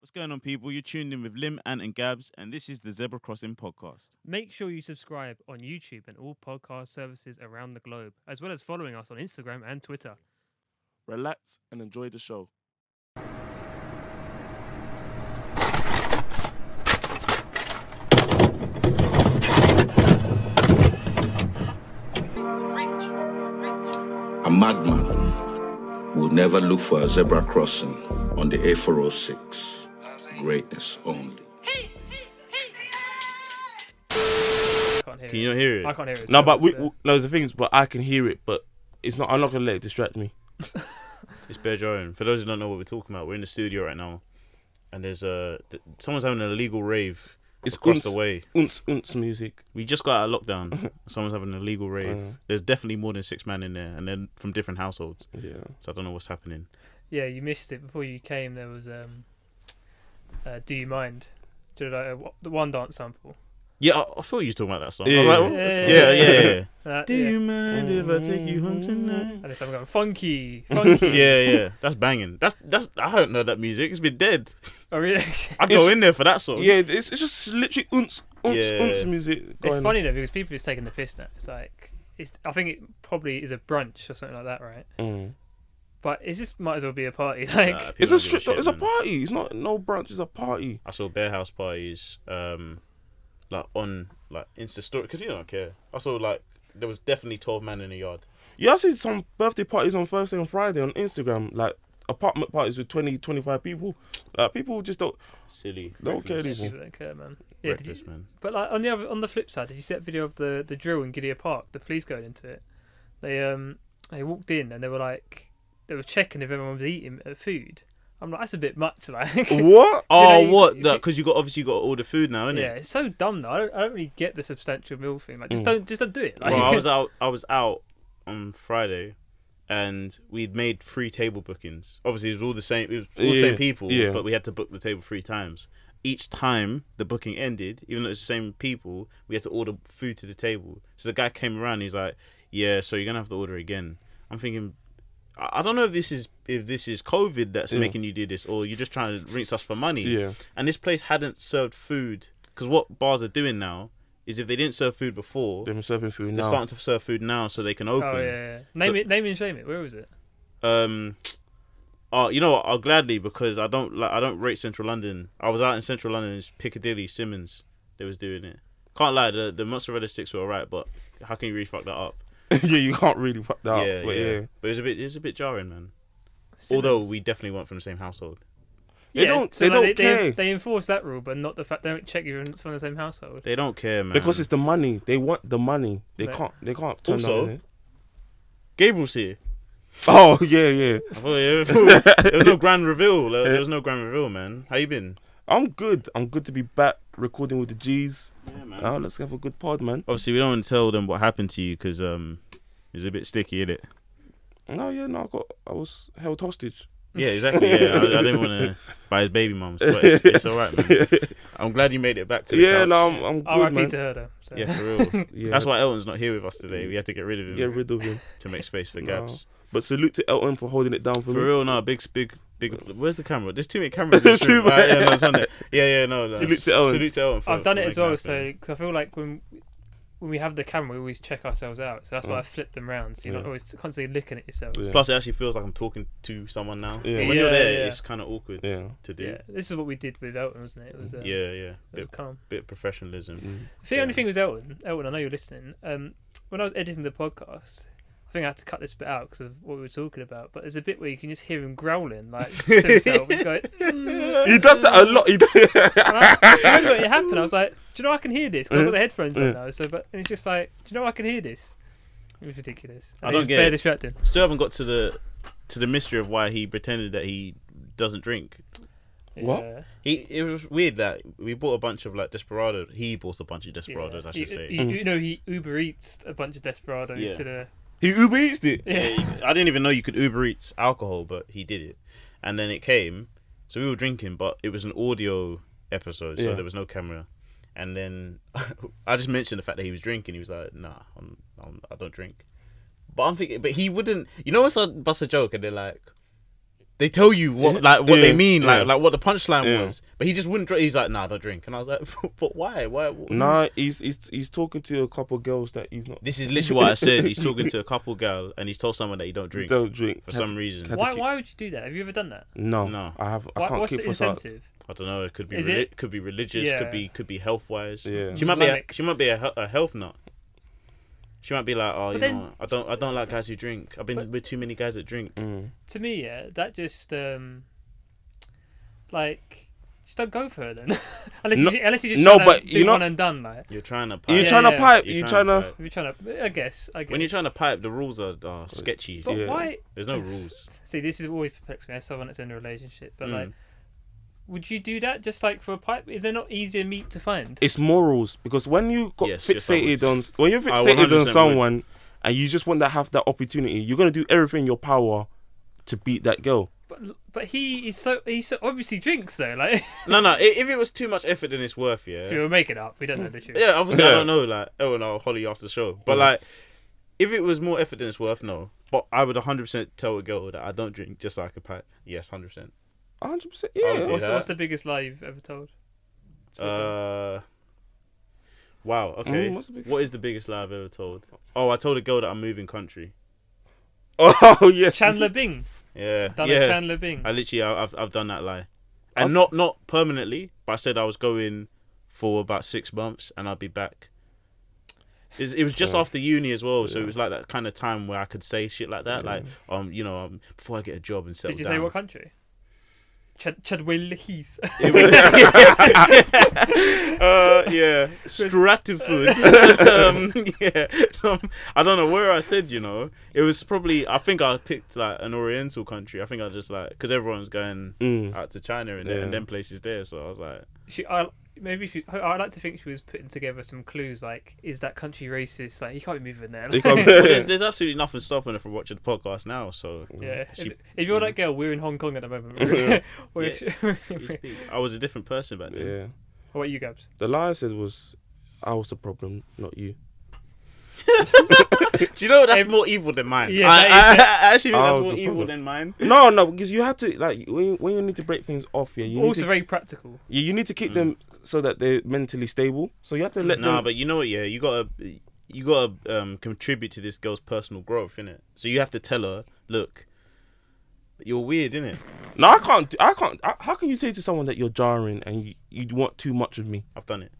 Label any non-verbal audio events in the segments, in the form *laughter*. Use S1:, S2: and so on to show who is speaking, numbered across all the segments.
S1: What's going on, people? You're tuned in with Lim, Ant, and Gabs, and this is the Zebra Crossing podcast.
S2: Make sure you subscribe on YouTube and all podcast services around the globe, as well as following us on Instagram and Twitter.
S3: relax, and enjoy the show.
S4: A madman will never look for a zebra crossing on the A406. Greatness only.
S2: I can't hear it.
S5: Can you not hear it?
S2: I can't hear it.
S5: No,
S2: Sorry,
S5: but we,
S2: it's, uh,
S5: we- no, the thing is, but I can hear it, but it's not. I'm not gonna let it distract me.
S1: It's Bear Drone. For those who don't know what we're talking about, we're in the studio right now, and there's a th- someone's having an illegal rave
S5: It's
S1: across
S5: uns,
S1: the way.
S5: Unts, unts music.
S1: We just got out of *laughs* lockdown. someone's having an illegal rave. There's definitely more than six men in there, and then from different households.
S5: Yeah.
S1: So I don't know what's happening.
S2: Yeah, you missed it before you came. There was um, uh, "Do You Mind?" Did I, the one dance sample?
S1: Yeah, I, I thought you were talking about that song. I
S5: Yeah.
S1: was like, what?
S2: Yeah,
S1: yeah,
S2: yeah,
S1: yeah. yeah, yeah. *laughs*
S2: That,
S1: Do
S2: Uh, yeah.
S1: you mind if I take you home tonight?
S2: And it's I'm going funky,
S5: *laughs*
S1: *laughs*
S2: funky.
S1: yeah, yeah, that's banging. That's that's. I don't know that music. It's been dead.
S2: Oh, really? *laughs*
S1: I'd
S5: It's-
S1: go in there for that song.
S5: Yeah, it's, it's just literally unts, unts,
S1: Yeah.
S5: unts music.
S2: it's
S5: going
S2: funny though because people are just taking the piss now. It's like it's. I think it probably is a brunch or something like that, right?
S5: on. Mm.
S2: But it just might as well be a party. *laughs* Like
S1: Nah, people
S5: It's
S1: don't give
S5: a strip.
S1: shit,
S5: it's a
S1: man.
S5: party. It's not no brunch. It's a party.
S1: I saw bear house parties, um, like on like Insta story because you don't care. I saw like there was definitely twelve man in the yard.
S5: Yeah, I see some birthday parties on Thursday and Friday on Instagram, like apartment parties with 20, 25 people. Like people just don't.
S1: Silly.
S5: Don't care
S2: yeah,
S1: reckless.
S5: anymore.
S2: people don't care, man. Yeah, did you,
S1: Reckless, man.
S2: But like on the other, on the flip side, did you see that video of the the drill in Gideon Park? The police going into it. They um they walked in and they were like they were checking if everyone was eating uh, food. I'm like that's a bit much, *laughs* like.
S5: What?
S1: Oh,
S2: You know, you-
S1: what?
S2: you
S1: Because
S2: pick-
S1: you got obviously got all the food now, innit?
S2: Yeah, it's so dumb though. I don't, I don't really get the substantial meal thing. Like, just don't, just don't do
S5: *laughs*
S2: it. Like,
S1: Well, I was out. I was out on Friday, and we'd made three table bookings. Obviously, it was all the same. It was all the
S5: Yeah,
S1: same people,
S5: yeah.
S1: but we had to book the table three times. Each time the booking ended, even though it's the same people, we had to order food to the table. So the guy came around. He's like, "Yeah, so you're gonna have to order again." I'm thinking, I I don't know if this is if this is COVID that's
S5: Yeah.
S1: making you do this, or you're just trying to rinse us for money.
S5: Yeah.
S1: And this place hadn't served food because what bars are doing now is if they didn't serve food before,
S5: They're serving food
S1: they're
S5: now.
S1: starting to serve food now, so they can open.
S2: *laughs* oh yeah, yeah. name
S1: So-
S2: it, name and shame it. Where was it?
S1: Um, oh, you know what? I'll gladly because I don't like I don't rate Central London. I was out in Central London, it's Piccadilly, Simmons. They was doing it. Can't lie, the the mozzarella sticks were alright, but how can you really fuck that up?
S5: *laughs* yeah, you can't really fuck that
S1: yeah,
S5: up. But
S1: Oh, yeah,
S5: yeah.
S1: But it's a bit it's a bit jarring, man.
S2: Simmons.
S1: Although we definitely weren't from the same household.
S5: They don't- they don't
S2: they,
S5: care.
S2: They, enforce that rule, but not the fact they don't check if it's from the same household.
S1: They don't care, man.
S5: Because it's the money. They want the money. They
S2: Right.
S5: can't. They can't turn
S1: Also-
S5: down.
S1: Gabriel's *laughs* here.
S5: Oh *laughs* yeah, yeah.
S1: I thought, yeah, there was no grand reveal. There there was no grand reveal, man. How you been?
S5: I'm good. I'm good to be back recording with the G's.
S1: Yeah, man.
S5: Now let's have a good pod, man.
S1: Obviously, we don't want to tell them what happened to you because um, it's a bit sticky, is it?
S5: No, yeah, no. I got. I was held hostage. *laughs*
S1: Yeah, exactly. Yeah, I, I didn't want to buy his baby mums, but it's, it's all right, man.
S5: *laughs*
S1: I'm glad you made it back to the
S5: yeah,
S1: couch.
S5: no, I'm, I'm good,
S2: R.I.P.
S5: man.
S2: to her though. So.
S1: Yeah, for real.
S5: *laughs* Yeah,
S1: That's why Elton's not here with us today. We had to get rid of him
S5: Get rid of him.
S1: to make space for
S5: No.
S1: Gabs.
S5: But salute to Elton for holding it down for,
S1: For
S5: me.
S1: real, no, big, big, big. Where's the camera? There's too many
S5: *laughs*
S1: cameras. In this
S5: Too
S1: room. Right, yeah,
S5: many.
S1: no, it's on
S5: *laughs*
S1: there. yeah, yeah, no, no.
S5: Salute to Elton.
S1: Salute to Elton. For,
S2: I've done
S1: for
S2: it as
S1: making
S2: well,
S1: that
S2: so
S1: happen.
S2: cause I feel like when when we have the camera, we always check ourselves out. So that's
S1: Mm.
S2: why I flip them round. So you're not
S5: Yeah.
S2: always constantly looking at yourself.
S5: Yeah.
S1: Plus, it actually feels like I'm talking to someone now.
S5: Yeah.
S1: When you're
S2: Yeah,
S1: there,
S2: yeah.
S1: it's kind of awkward
S5: Yeah.
S1: to do.
S2: Yeah, this is what we did with Elton, wasn't it? It was, uh,
S1: Yeah, yeah.
S2: it was
S1: Bit,
S2: calm.
S1: bit professionalism.
S5: Mm.
S2: The
S1: yeah.
S2: only thing was Elton. Elton, I know you're listening. Um, when I was editing the podcast, I think I had to cut this bit out because of what we were talking about. But there's a bit where you can just hear him growling, like to himself. He's going, *laughs* "Mm."
S5: He does that a lot. He does. *laughs*
S2: And I I remember it happened. I was like, "Do you know I can hear this?" 'Cause I've got the headphones on now. So, but and it's just like, "Do you know I can hear this?" It was ridiculous.
S1: I
S2: And
S1: don't
S2: it was
S1: get
S2: bare
S1: it.
S2: distracting.
S1: Still haven't got to the to the mystery of why he pretended that he doesn't drink.
S5: What?
S2: Yeah.
S1: He it was weird that we bought a bunch of like desperado. He bought a bunch of desperados, I
S2: you,
S1: should say.
S2: You, you know, he Uber Eats a bunch of Desperado
S1: Yeah.
S2: to the.
S5: he Uber eats it.
S1: Yeah, you- *laughs* I didn't even know you could Uber Eats alcohol, but he did it. And then it came, so we were drinking, but it was an audio episode, so
S5: Yeah.
S1: there was no camera. And then *laughs* I just mentioned the fact that he was drinking. He was like, "Nah, I'm, I'm I don't drink." But I'm thinking, but he wouldn't. You know, when someone busts a joke and they're like, They tell you
S5: *laughs*
S1: what like what
S5: Yeah,
S1: they mean, like
S5: yeah.
S1: like what the punchline
S5: Yeah.
S1: was. But he just wouldn't drink. He's like, nah, don't drink. And I was like, *laughs* but why? Why? why-
S5: Nah, he's he's he's talking to a couple girls that he's not.
S1: This is literally what I said.
S5: *laughs*
S1: He's talking to a couple gal, and he's told someone that he don't drink
S5: Don't drink
S1: for some reason.
S5: had to
S2: Why,
S5: keep-
S2: why would you do that? Have you ever done that?
S5: No,
S1: No.
S5: I have. I
S2: Why,
S5: can't
S2: what's
S5: keep
S2: the
S5: for that.
S2: incentive?
S1: I don't know. It could be
S2: Is
S1: reli-
S2: it-
S1: could be religious.
S2: Yeah.
S1: Could be could be health wise.
S5: Yeah.
S1: She might be a,
S2: Islamic.
S1: she might be a, he- a health nut. She might be like, oh, you
S2: then-
S1: know, what? I don't I don't like guys who drink. I've been with too many guys that drink.
S5: Mm.
S2: To me, yeah, that just um, like just don't go for her then. *laughs* unless,
S5: No-
S2: you, unless you just
S5: no,
S2: tryna
S5: but
S2: do
S5: you know-
S2: one and done, like
S1: You're trying to
S5: You
S1: pipe.
S5: trying to
S2: yeah.
S5: pipe? You trying to?
S1: pipe.
S2: if you're trying to. I guess. I guess.
S1: When you're trying to pipe, the rules are, are sketchy.
S2: But
S5: Yeah.
S2: why?
S1: There's no rules.
S2: See, this is always perplexed me as someone that's in a relationship. But
S5: Hmm.
S1: Mm.
S2: like, would you do that just like for a pipe? Is there not easier meat to find?
S5: It's morals because when you got
S1: Yes, yes, I
S5: fixated
S1: would.
S5: on when you're
S1: I
S5: fixated
S1: 100%
S5: on
S1: would.
S5: someone and you just want to have that opportunity, you're gonna do everything in your power to beat that girl.
S2: But but he is so he so obviously drinks though. Like *laughs*
S1: no, no. i- If it was too much effort, then it's worth. Yeah.
S2: so we're making up. We don't
S5: Hmm.
S2: know the truth.
S1: Yeah, obviously
S5: Yeah. Mm.
S1: I don't know. Like, oh no, I'll holly you after the show. But like, if it was more effort than it's worth, no. But I would 100% tell a girl that I don't drink just so I could pipe. Yes, 100%.
S5: 100. percent
S1: I'll do
S5: Yeah.
S2: What's, the,
S1: that.
S2: what's the biggest lie you've ever told?
S1: Uh, wow. Okay.
S5: Mm, what's the biggest-
S1: what is the biggest lie I've ever told? Oh, I told a girl that I'm moving country.
S5: *laughs* Oh yes. *laughs*
S2: Chandler Bing.
S1: Yeah.
S2: Done
S1: yeah.
S2: a Chandler Bing.
S1: I literally, I- I've, I've done that lie, and not not permanently, but I said I was going for about six months and I'd be back. It's, it was just
S5: Yeah.
S1: after uni as well, so it was like that kind of time where I could say shit like that, like um, you know, um, before I get a job and settle
S2: Did you
S1: down.
S2: say what country? Chad Chadwell Heath.
S1: It was- uh, yeah,
S2: *laughs*
S1: Stratford. um, yeah, Some- I don't know where I said. You know, it was probably. I think I picked like an Oriental country. I think I just like because everyone's going
S5: Mm.
S1: out to China and,
S5: Yeah.
S1: and then places there. So I was like,
S2: *laughs* she, I, maybe she, I, I like to think she was putting together some clues like, is that country racist? Like, he can't be moving there. *laughs*
S5: He can't
S1: well, there's, there's absolutely nothing stopping her from watching the podcast now. So
S2: yeah.
S1: She-
S2: if, if you're that girl, we're in Hong Kong at the moment. *laughs*
S1: Yeah.
S2: We're-
S1: Please speak. I was a different person back then.
S5: *laughs* Yeah.
S2: What about you, Gabs?
S5: The lie I said was, I was the problem, not you.
S1: *laughs* Do you know that's
S2: Ev-
S1: more evil than mine?
S2: Yeah,
S1: I, I,
S2: that
S1: I actually think
S5: I
S1: that's
S5: was
S1: more
S5: the
S1: evil
S5: problem.
S1: than
S5: *laughs*
S1: mine.
S5: No, no, because you had to like when you, when you need to break things off. Yeah, you need
S2: also
S5: to,
S2: very practical.
S5: you, you need to keep them so that they're mentally stable. So you have to let
S1: Mm. Nah,
S5: them.
S1: but you know what? Yeah, you gotta you gotta um, contribute to this girl's personal growth, innit? So you have to tell her, look, you're weird, innit?
S5: No, I can't. do- I can't. I, how can you say to someone that you're jarring and you, you want too much of me?
S1: I've done it.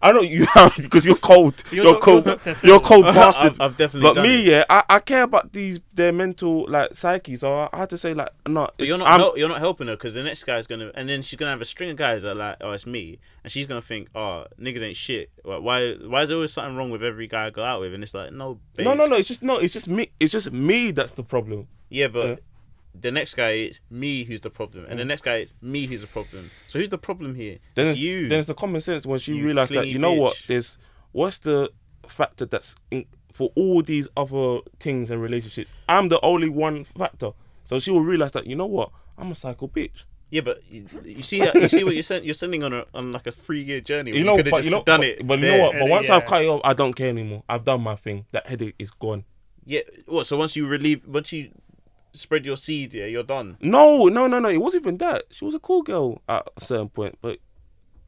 S5: I know you have *laughs* because you're cold.
S2: You're
S5: You're,
S2: doc-
S5: cold.
S2: you're Dr. Phil.
S5: You're cold
S1: *laughs* I've-
S5: bastard.
S1: I've definitely
S5: But
S1: done
S5: me,
S1: it.
S5: yeah, I, I care about these their mental like psyche. So I, I had to say like, no,
S1: But
S5: it's-
S1: you're not
S5: I'm-
S1: hel- you're not helping her because the next guy's gonna and then she's gonna have a string of guys that are like oh it's me and she's gonna think oh niggas ain't shit Like, why why is there always something wrong with every guy I go out with and it's like no babe.
S5: No, no, no. It's just no. It's just me. It's just me that's the problem.
S1: yeah but
S5: Yeah. Mm.
S1: the next guy is me who's the problem and the next guy is me who's the problem so who's the problem here
S5: Then
S1: it's
S5: it's,
S1: you
S5: Then it's the common sense when she
S1: You
S5: realized that
S1: clingy
S5: you know what?
S1: bitch.
S5: There's what's the factor that's in, for all these other things and relationships. I'm the only one factor. So she will realize that you know what? I'm a psycho bitch.
S1: yeah but you, you see you see what you're sending you're sending on a on like a three year journey when
S5: You know,
S1: could have
S5: but
S1: just
S5: you know,
S1: done
S5: but,
S1: it
S5: but you
S1: there.
S5: know what? But
S2: And,
S5: once I've
S2: yeah.
S5: cut it off, I don't care anymore. I've done my thing. That headache is gone.
S1: yeah what so once you relieve once you spread your seed yeah you're done
S5: No, no, no, no. It wasn't even that. She was a cool girl at a certain point, but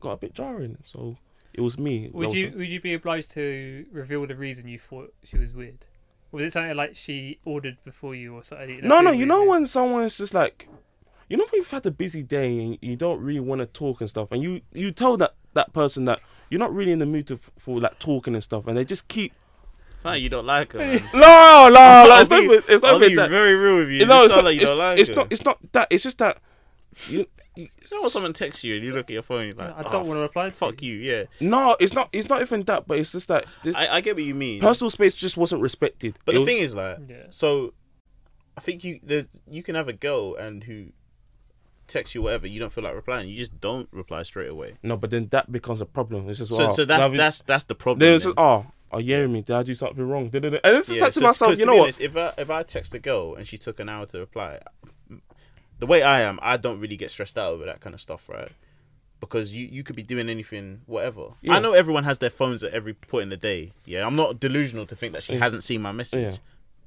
S5: got a bit jarring. So it was me. That
S2: Would
S5: was
S2: you would you be obliged to reveal the reason you thought she was weird? Was it something like she ordered before you or something? that
S5: No,
S2: feel
S5: no, you
S2: weird
S5: know
S2: move?
S5: when someone's just like, you know, when you've had a busy day and you don't really want to talk and stuff, and you you tell that that person that you're not really in the mood to, for like talking and stuff, and they just keep
S1: it's not like you don't like her man.
S5: no, *laughs* no, no.
S1: I'll
S5: It's not
S1: be-
S5: even. It's not
S1: I'll
S5: even
S1: be
S5: that.
S1: very real with you.
S5: No,
S1: you
S5: it's
S1: sound
S5: not.
S1: like you
S5: It's
S1: don't like
S5: it's
S1: her.
S5: not. It's not that. It's just that. You, you,
S1: You know when someone texts you and you look at your phone, you're like,
S2: I don't
S1: "Oh,
S2: want to reply to
S1: Fuck you, yeah.
S5: no, it's not. It's not even that. But it's just that this
S1: I, I get what you mean.
S5: personal space just wasn't respected.
S1: but
S5: It
S1: the
S5: was-
S1: thing is, like,
S2: Yeah.
S1: so I think you the, you can have a girl and who texts you whatever you don't feel like replying, you just don't reply straight away.
S5: no, but then that becomes a problem. It's just oh,
S1: So
S5: wow,
S1: so that's
S5: now we-
S1: that's that's the problem.
S5: then it's
S1: then.
S5: just, oh, are you hearing me? Did I do something wrong? And it's just
S1: Yeah,
S5: like to
S1: so-
S5: myself,
S1: 'cause
S5: you
S1: to
S5: know
S1: be
S5: what?
S1: honest, if I if I text a girl and she took an hour to reply, the way I am, I don't really get stressed out over that kind of stuff, right? Because you, you could be doing anything, whatever.
S5: Yeah.
S1: I know everyone has their phones at every point in the day. Yeah, I'm not delusional to think that she hasn't seen my message.
S5: Yeah.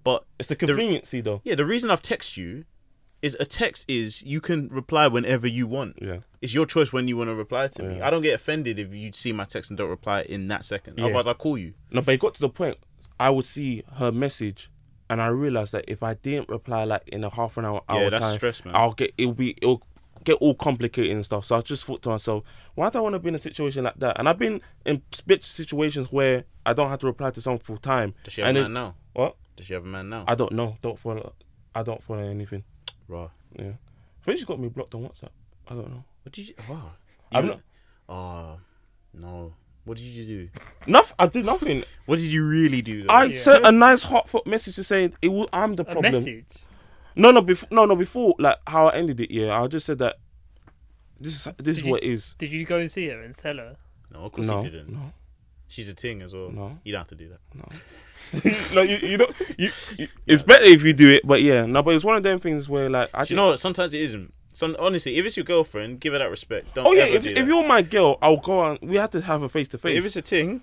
S1: But
S5: It's the conveniency though.
S1: yeah, the reason I've texted you is a text is you can reply whenever you want.
S5: Yeah.
S1: It's your choice when you want to reply to me.
S5: Yeah.
S1: I don't get offended if you see my text and don't reply in that second.
S5: Yeah.
S1: Otherwise, I'll call you.
S5: No, but it got to the point I would see her message, and I realized that if I didn't reply like in a half an hour,
S1: Yeah,
S5: hour
S1: that's
S5: time,
S1: stress, man.
S5: I'll get it'll be it'll get all complicated and stuff. So I just thought to myself, why do I want to be in a situation like that? And I've been in bitch situations where I don't have to reply to someone full time.
S1: Does she have
S5: and
S1: a
S5: it-
S1: man now?
S5: What?
S1: Does she have a man now?
S5: I don't know. Don't follow. I don't follow anything.
S1: Raw.
S5: Yeah. I think she got me blocked on WhatsApp. I don't know.
S1: What did you? Wow.
S5: I'm
S1: You- Oh, no. What did you do?
S5: Nothing. I
S2: *laughs*
S5: did nothing.
S1: What did you really do? though?
S5: I
S2: Oh, Yeah.
S5: sent a nice heartfelt message to say it. Will, I'm the
S2: A
S5: problem.
S2: message.
S5: No, no, before, no, no, before, like how I ended it, yeah, I just said that this is this is
S2: Did you-
S5: what it is.
S2: Did you go and see her and tell her?
S1: No, of course
S5: No,
S1: you didn't.
S5: no,
S1: *laughs* She's a ting as well.
S5: No.
S1: You don't have to do that.
S5: no, you, you don't. You,
S1: *laughs*
S5: you, it's better if you do it, but yeah, no, but it's one of them things where like I
S1: Do you
S5: think-
S1: know what? Sometimes it isn't. Some honestly, if it's your girlfriend, give her that respect. Don't
S5: Oh yeah,
S1: ever
S5: if,
S1: do
S5: if
S1: that.
S5: you're my girl, I'll go and we have to have a face to
S1: But if it's
S5: face.
S1: a ting,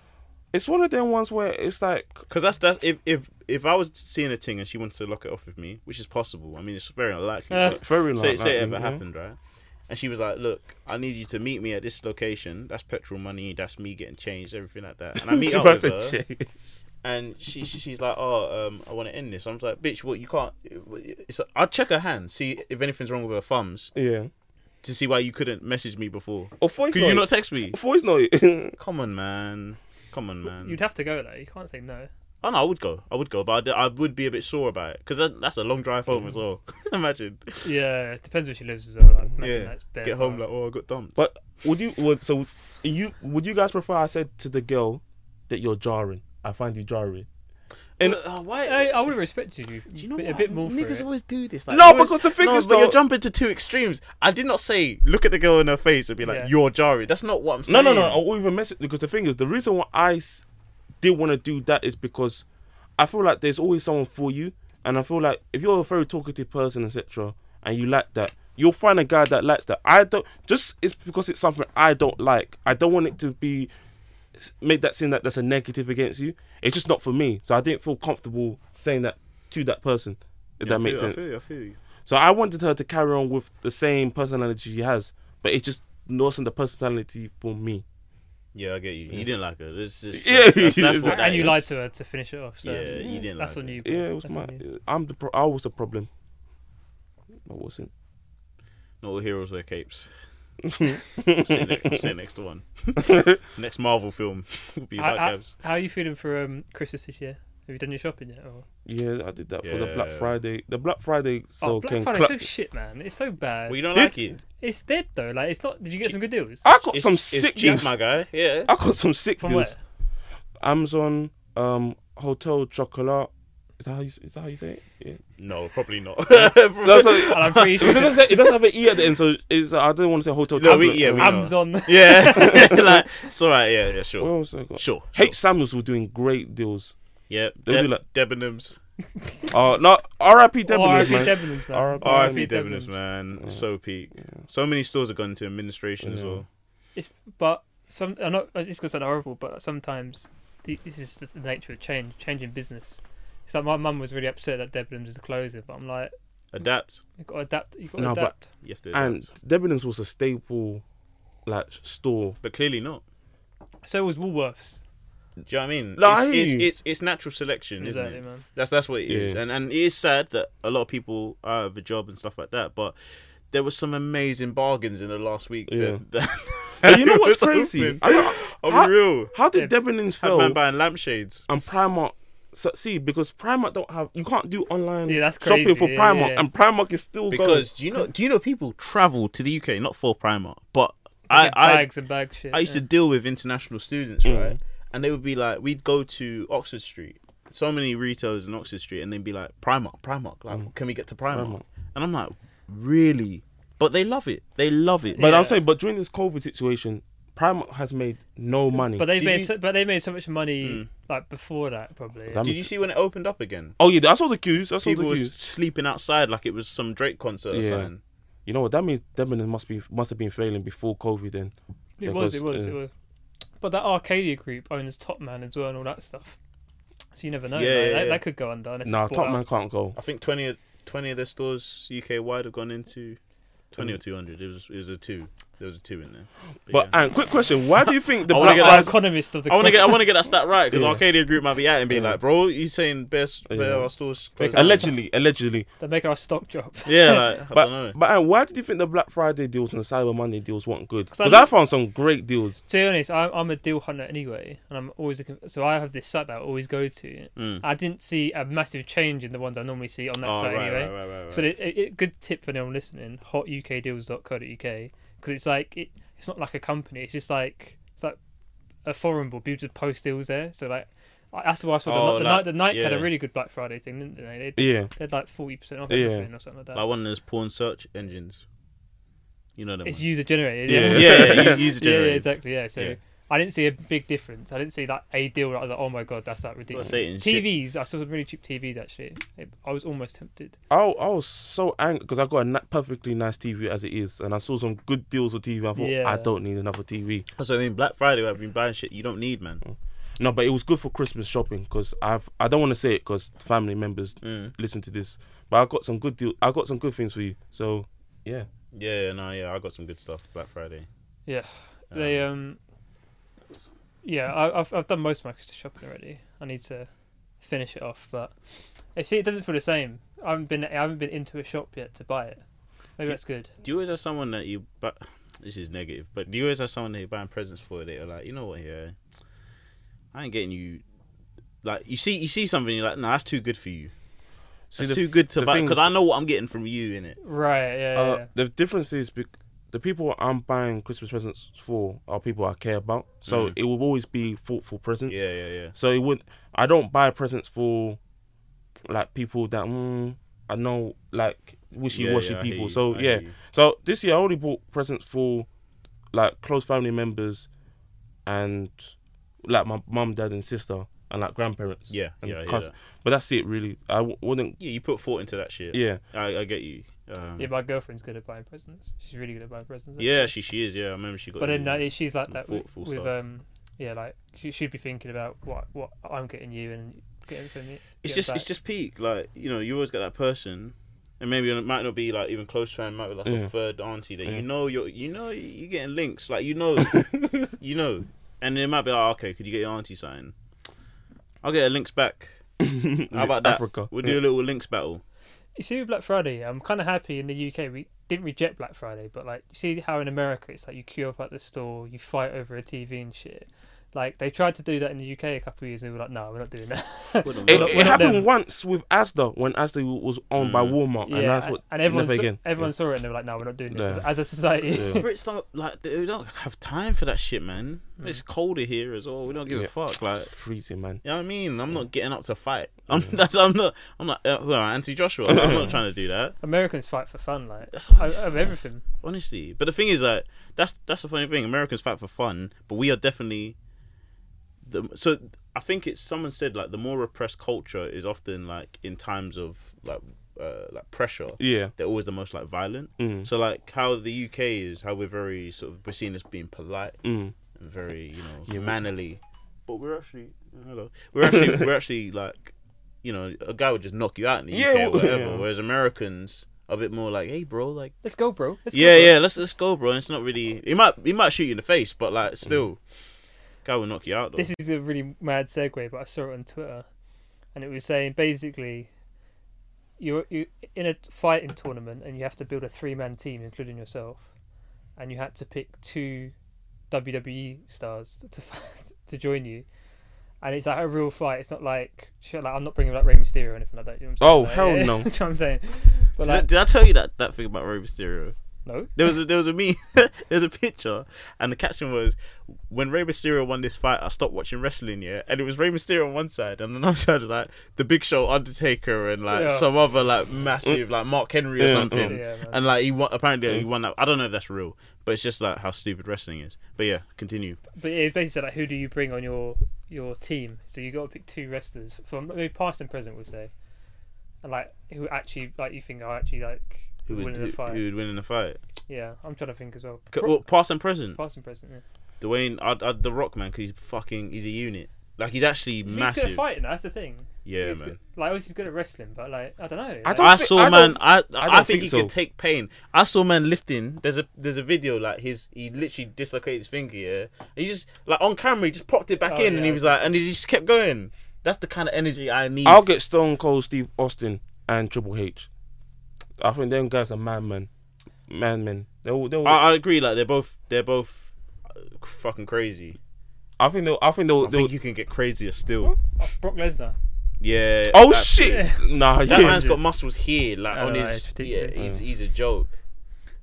S5: It's one of them ones where it's like,
S1: Because that's that's if if if I was seeing a thing and she wanted to lock it off with me, which is possible. I mean, it's very unlikely.
S2: Uh.
S1: but
S5: Very
S1: say,
S5: unlikely,
S1: say it ever
S5: yeah. *laughs*
S1: happened, right? And she was like, "Look, I need you to meet me at this location. That's petrol money. That's me getting changed, everything like that."
S5: *laughs*
S1: And I meet
S5: She
S1: up
S5: must
S1: with
S5: say
S1: her,
S5: shit.
S1: and she she- she's like, "Oh, um, I want to end this." I'm like, "Bitch, what? You can't." It's I'll check her hand, see if anything's wrong with her thumbs,
S5: *laughs* yeah.
S1: to see why you couldn't message me before.
S5: Or voice
S1: Could you not
S5: note.
S1: text me?
S5: *laughs* Voice note.
S1: Come on, man. Come on, man.
S2: You'd have to go though. You can't say no.
S1: Oh no, I would go. I would go, but I'd, I would be a bit sore about it because that, that's a long drive home as well. *laughs* Imagine.
S2: Yeah, it depends where she lives as well. Like, imagine
S1: yeah.
S2: that's bare
S1: Get home
S2: far.
S1: like, oh, I got dumped.
S5: but would you would so you would you guys prefer I said to the girl that you're jarring? I find you jarring.
S1: and uh, why?
S2: I, I would have respected you.
S1: do you know
S2: a bit-
S1: what?
S2: a bit more for
S1: Niggas
S2: it.
S1: always do this. Like,
S5: No,
S1: you always-
S5: because the thing
S1: no,
S5: is,
S1: but
S5: though-
S1: you're jumping to two extremes. I did not say look at the girl in her face and be like,
S2: Yeah.
S1: you're jarring. That's not what I'm saying.
S5: No, no, no. Or even message because the thing is, the reason why I s- did want to do that is because I feel like there's always someone for you, and I feel like if you're a very talkative person, etc., and you like that, you'll find a guy that likes that. I don't just it's because it's something I don't like. I don't want it to be s- make that seem that that's a negative against you. It's just not for me, so I didn't feel comfortable saying that to that person. If
S1: Yeah, I
S5: that makes
S1: feel you,
S5: sense.
S1: I feel you. I feel you.
S5: So I wanted her to carry on with the same personality she has, but it just wasn't the personality for me.
S1: Yeah, I get you. You didn't like her. This is
S5: *laughs* Yeah,
S1: that's, that's
S5: it's
S1: what
S5: like-
S1: that
S2: and you
S1: is.
S2: lied to her to finish it off. So
S1: Yeah, you didn't
S2: That's
S1: like
S2: on
S1: it.
S2: you. bro.
S5: Yeah, it was
S2: That's
S5: my.
S2: on you.
S5: I'm the. Pro- I was the problem. I wasn't.
S1: Not all heroes wear
S5: *laughs*
S1: capes. I'm saying next, I'm saying next one. next Marvel film *laughs* will be
S2: How,
S1: about
S2: how,
S1: cabs.
S2: how are you feeling for um, Christmas this year? Have you done your shopping yet? Or?
S5: Yeah, I did that for the Black
S1: Yeah.
S5: Friday. The Black Friday so
S2: oh, Black
S5: can
S2: Friday's so
S5: clutch-
S2: shit, man. It's so bad.
S1: Well, you don't
S5: Did-
S1: like it.
S2: It's dead though. Like, it's not. Did you get some good deals?
S5: I got
S1: It's-
S5: some
S1: it's cheap,
S5: sick deals.
S1: my guy. Yeah.
S5: I got some sick
S2: From where?
S5: deals. Amazon, um, Hotel Chocolat. Is that how you? s- Is that how you say it?
S2: *laughs*
S5: Yeah.
S1: No, probably not. *laughs*
S5: *laughs* That's how-
S2: And I'm pretty
S5: *laughs* it
S2: sure
S5: doesn't say, it doesn't have an e at the end, so it's. I don't want to say Hotel
S1: No,
S5: Chocolat. Um,
S1: we- yeah, we-
S2: Amazon.
S5: *laughs*
S1: yeah, *laughs* like it's all right. Yeah, yeah,
S5: What
S1: sure,
S5: else I got?
S1: sure. sure.
S5: H Samuels were doing great deals.
S1: yeah,
S5: They'll
S1: De-
S5: do like-
S1: Debenhams.
S5: Oh no, R.I.P. Debonairs,
S2: R.I.P.
S5: man.
S2: Debenhams, man.
S5: R.I.P.
S1: R.I.P.
S2: Debenhams.
S1: Debenhams, man. It's So peak. So many stores have gone into administration as
S5: Yeah.
S1: well.
S2: It's but some. I'm not. uh, It's because sound horrible, but sometimes th- this is just the nature of change. Change in business. It's like my mum was really upset that Debenhams is closing, but I'm like,
S1: Adapt.
S2: you got to adapt. You got to
S5: No, but-
S2: adapt.
S1: You have to. Adapt.
S5: And Debenhams was a staple, like store.
S1: but clearly not.
S2: So was Woolworths.
S1: Do you know what I mean?
S5: No, I
S1: it's,
S5: hear
S1: it's,
S5: you.
S1: it's it's natural selection, isn't
S2: Exactly,
S1: it?
S2: man.
S1: That's that's what it is,
S5: Yeah.
S1: and and it is sad that a lot of people are out of a job and stuff like that. But there was some amazing bargains in the last week.
S5: Yeah.
S1: That, that *laughs*
S5: But you know what's
S1: was
S5: crazy?
S1: open.
S5: I know-
S1: I'm
S5: how,
S1: real.
S5: how did Debenhams
S1: Had man
S5: fail
S1: buying lampshades.
S5: and Primark succeed? Because Primark don't have you can't do online
S2: Yeah, that's crazy,
S5: shopping for
S2: yeah,
S5: Primark,
S2: yeah.
S5: and Primark is still
S1: Because do you know? Do you know people travel to the UK not for Primark, but I
S2: Get
S1: I,
S2: bags and bags shit.
S1: I used to
S2: yeah.
S1: deal with international students,
S5: Mm.
S1: right? And they would be like, we'd go to Oxford Street, so many retailers in Oxford Street, and they'd be like, Primark, Primark, like,
S5: Mm.
S1: can we get to Primark? And I'm like, really? But they love it. They love it.
S5: going. But
S2: Yeah.
S5: I'm saying, but during this COVID situation, Primark has made no money.
S2: But they
S1: Did
S2: made
S1: you- Hmm.
S2: so, but they made so much money like before that probably.
S5: That-
S1: Did you see when it opened up again?
S5: oh yeah, I saw the queues. I saw
S1: People
S5: the
S1: were
S5: queues.
S1: sleeping outside like it was some Drake concert or
S5: Yeah.
S1: something.
S5: You know what? That means Debenhams must be must have been failing before COVID. Then
S2: it was, it
S5: because,
S2: was,
S5: uh,
S2: it was. But that Arcadia group owns Top Man as well and all that stuff. So you never know.
S1: Yeah,
S2: like,
S1: yeah,
S2: that,
S1: yeah.
S2: that could go under. unless it's
S5: nah,
S2: bought
S5: Top
S2: out.
S5: Man can't go.
S1: I think 20, twenty of the stores UK wide have gone into twenty or two hundred. It was it was a two. There was a two in there.
S5: But
S1: yeah.
S5: and quick question: Why do
S1: *laughs*
S5: you think the
S1: I wanna
S5: black
S1: get
S2: Our
S1: that-
S5: lives?
S2: economist of the
S1: I want to
S2: club.
S1: get I want to get that stat right because
S5: Yeah.
S1: Arcadia Group might be at it and be
S5: Yeah.
S1: like, bro, you saying best
S5: Yeah.
S1: where our stores
S2: Big
S1: closed?" *laughs*
S2: up.
S5: Allegedly, allegedly.
S2: They make our stock drop.
S1: Yeah, like, I
S5: But
S1: don't know.
S5: but and why do you think the Black Friday deals and the Cyber Monday deals weren't good?
S2: 'Cause I
S5: Because
S2: look-
S5: I found some great deals.
S2: To be honest, I'm, I'm a deal hunter anyway, and I'm always looking. So I have this site that I always go to.
S1: Mm.
S2: I didn't see a massive change in the ones I normally see on that
S1: Oh,
S2: site
S1: right,
S2: anyway.
S1: right, right, right, right.
S2: So it, it, it- good tip for anyone listening: hotukdeals.co.uk because it's like it, it's not like a company. It's just like it's like a forum board. People just post deals there. So like I- that's why I saw
S1: Oh,
S2: the,
S1: like-
S2: night. The night had a
S1: yeah.
S2: really good Black Friday thing, didn't they? They
S5: Yeah.
S2: they had like forty percent off
S5: Yeah.
S2: everything or something like that.
S1: like one of those porn search engines. You know them.
S2: it's
S1: ones.
S2: user generated.
S5: Yeah.
S1: yeah, yeah,
S2: *laughs*
S5: you-
S1: yeah, user
S2: Yeah, yeah,
S1: generated.
S2: exactly. Yeah, so
S1: Yeah.
S2: I didn't see a big difference. I didn't see like a deal. Where I was like, oh my god, that's that ridiculous.
S1: Satan shit.
S2: TVs, I saw some really cheap TVs actually. I was almost tempted.
S5: I, I was so angry because I got a na- perfectly nice TV as it is, and I saw some good deals for TV. I thought
S2: Yeah.
S5: I don't need another TV.
S1: That's what I mean. Black Friday, I've been buying shit you don't need, man.
S5: No, but it was good for Christmas shopping because I've I don't want to say it because family members
S1: Mm.
S5: listen to this, but I got some good deal. I got some good things for you. So yeah,
S1: Yeah, yeah, no, yeah, I got some good stuff Black Friday.
S2: Yeah,
S1: Oh.
S2: they um. Yeah, I, I've I've done most of my Christmas shopping already. I need to finish it off, but I see it doesn't feel the same. I haven't been I haven't been into a shop yet to buy it. Maybe that's good.
S1: Do you always have someone that you but this is negative, but do you always have someone that you're buying presents for that you're like, you know what, yeah, I ain't getting you. Like you see, you see something, you're like, no, that's too good for you.
S5: see
S1: It's
S5: the,
S1: too good to
S5: the
S1: buy
S5: thing
S1: because
S5: is-
S1: I know what I'm getting from you in it.
S2: Right. Yeah.
S1: Oh.
S2: yeah,
S5: uh,
S2: yeah.
S5: the difference is bec- the people I'm buying Christmas presents for are people I care about. So
S1: Mm.
S5: it will always be thoughtful presents.
S1: Yeah, yeah, yeah.
S5: So it would. I don't buy presents for like people that mm, I know like wishy washy
S1: Yeah, yeah, I hear
S5: people.
S1: you,
S5: So
S1: I
S5: yeah.
S1: hear you.
S5: So this year I only bought presents for like close family members and like my mum, dad, and sister and like grandparents.
S1: Yeah,
S5: and
S1: yeah, I hear
S5: cous-
S1: that.
S5: But that's it really. I w- wouldn't.
S1: yeah. You put thought into that shit.
S5: Yeah.
S1: I, I get you. Um,
S2: yeah, my girlfriend's good at buying presents. She's really good at buying presents. actually.
S1: yeah, she she is. Yeah, I remember she got.
S2: But then
S1: you-
S2: like, she's like
S1: some
S2: that with,
S1: thoughtful
S2: with
S1: stuff.
S2: um yeah like she should be thinking about what what I'm getting you and getting from you.
S1: it's
S2: getting
S1: just
S2: back.
S1: it's just peak. Like you know, you always get that person, and maybe it might not be like even close friend, might be like
S5: Yeah.
S1: a third auntie that
S5: Yeah.
S1: you know you're you know you're getting links. Like you
S5: *laughs*
S1: know, you know, and it might be like okay, could you get your auntie sign? I'll get her links
S5: *laughs*
S1: back. How about that?
S5: Africa.
S1: We'll
S5: Yeah.
S1: do a little links battle.
S2: You see, with Black Friday, I'm kind of happy in the UK we didn't reject Black Friday, but like you see how in America it's like you queue up at the store, you fight over a TV and shit. Like they tried to do that in the UK a couple of years, and we were like, no, we're not doing that. *laughs*
S5: It,
S2: not-
S5: it
S2: we're not
S5: happened
S2: them.
S5: once with Asda when Asda w- was owned
S1: Mm.
S5: by Walmart,
S2: yeah,
S5: and that's what.
S2: and everyone
S5: never
S2: saw,
S5: again.
S2: everyone saw it, and they were like, no, we're not doing this
S5: Yeah.
S2: as, as a society.
S5: Yeah.
S1: Brits don't like they don't have time for that shit, man. It's colder here as well. We don't give
S5: Mm. Yeah.
S1: a fuck. Like
S5: It's freezing, man.
S1: You know what I mean? I'm not getting up to fight. I'm *laughs* that's I'm not I'm not uh, who am I, anti Joshua. I'm not trying to do that.
S2: *laughs* Americans fight for fun, like
S1: That's what I
S2: of,
S1: said.
S2: of everything.
S1: Honestly. But the thing is that that's that's the funny thing. Americans fight for fun, but we are definitely the so I think it's someone said like the more repressed culture is often like in times of like uh, like pressure.
S5: Yeah.
S1: They're always the most like violent.
S5: Mm.
S1: So like how the UK is, how we're very sort of we're seen as being polite
S5: Mm.
S1: and very you know
S5: Yeah, we-
S1: mannerly. But we're actually hello.
S5: *laughs*
S1: We're actually we're actually like you know a guy would just knock you out in the
S5: Yeah,
S1: UK or
S5: well, *laughs* yeah.
S1: whatever. Whereas Americans are a bit more like, hey bro, like
S2: Let's go, bro. Let's
S1: yeah
S2: go, bro.
S1: yeah let's let's go bro. And it's not really he might he might shoot you in the face, but like still, guy will knock you out. Though.
S2: Mm. This is a really mad segue, but I saw it on Twitter, and it was saying basically, you're you in a fighting tournament, and you have to build a three man team, including yourself, and you had to pick two WWE stars to fight- *laughs* to join you, and it's like a real fight. It's not like shit. Like I'm not bringing up Rey Mysterio or anything like that. You know what I'm saying?
S5: Oh,
S2: Like, yeah,
S5: hell
S2: *laughs*
S5: no.
S2: you know what I'm saying, but
S1: did, I,
S2: like
S1: did I tell you that, that thing about Rey Mysterio?
S2: no,
S1: There was a, there was a meme, *laughs* there's a picture, and the caption was, "When Rey Mysterio won this fight, I stopped watching wrestling." Yeah, and it was Rey Mysterio on one side, and on the other *laughs* side was like the Big Show, Undertaker, and like
S2: Yeah.
S1: some other like massive like Mark Henry or
S5: Yeah,
S1: something.
S2: yeah, man.
S1: and like he won, apparently he won that. I don't know if that's real, but it's just like how stupid wrestling is. But yeah, continue.
S2: But it basically said like, who do you bring on your your team? So you got to pick two wrestlers from maybe past and present, we'll say, and like who actually like you think are actually like
S1: Who would
S2: winning the
S1: who
S2: fight.
S1: would win in a fight?
S2: Yeah, I'm trying to think as well.
S1: C- Well, past and present.
S2: past and present. Yeah.
S1: Dwayne, I'd, I'd, the Rock man, because he's fucking, he's a unit. Like he's actually
S2: He's good
S1: massive.
S2: at fighting. That's the thing.
S1: Yeah,
S2: he's
S1: man.
S2: Good, like, obviously he's good at wrestling, but like, I don't know.
S5: I
S2: like-
S5: don't
S1: I
S5: thi-
S1: saw
S5: I don't-
S1: man. I I,
S5: don't
S1: think,
S5: think
S1: he
S5: so.
S1: can take pain. I saw man lifting. There's a there's a video like his he literally dislocated his finger. Yeah, he just like on camera he just propped it back
S2: Oh,
S1: in and
S2: yeah.
S1: he was like and he just kept going. That's the kind of energy I need.
S5: I'll get Stone Cold, Steve Austin, and Triple H. I think them guys are man men, man men. They will. They will. I,
S1: I, I agree. Like they're both they're both uh, fucking crazy.
S5: think they'll. I think they'll.
S1: I
S5: they'll
S1: think you can get crazier still.
S2: Brock Lesnar.
S1: Yeah.
S5: oh
S1: that-
S5: shit! Nah,
S1: That
S5: yeah.
S1: man's got muscles here, like
S2: Oh,
S1: on
S2: no,
S1: his.
S2: it's
S1: Yeah,
S2: ridiculous.
S1: he's, he's a joke.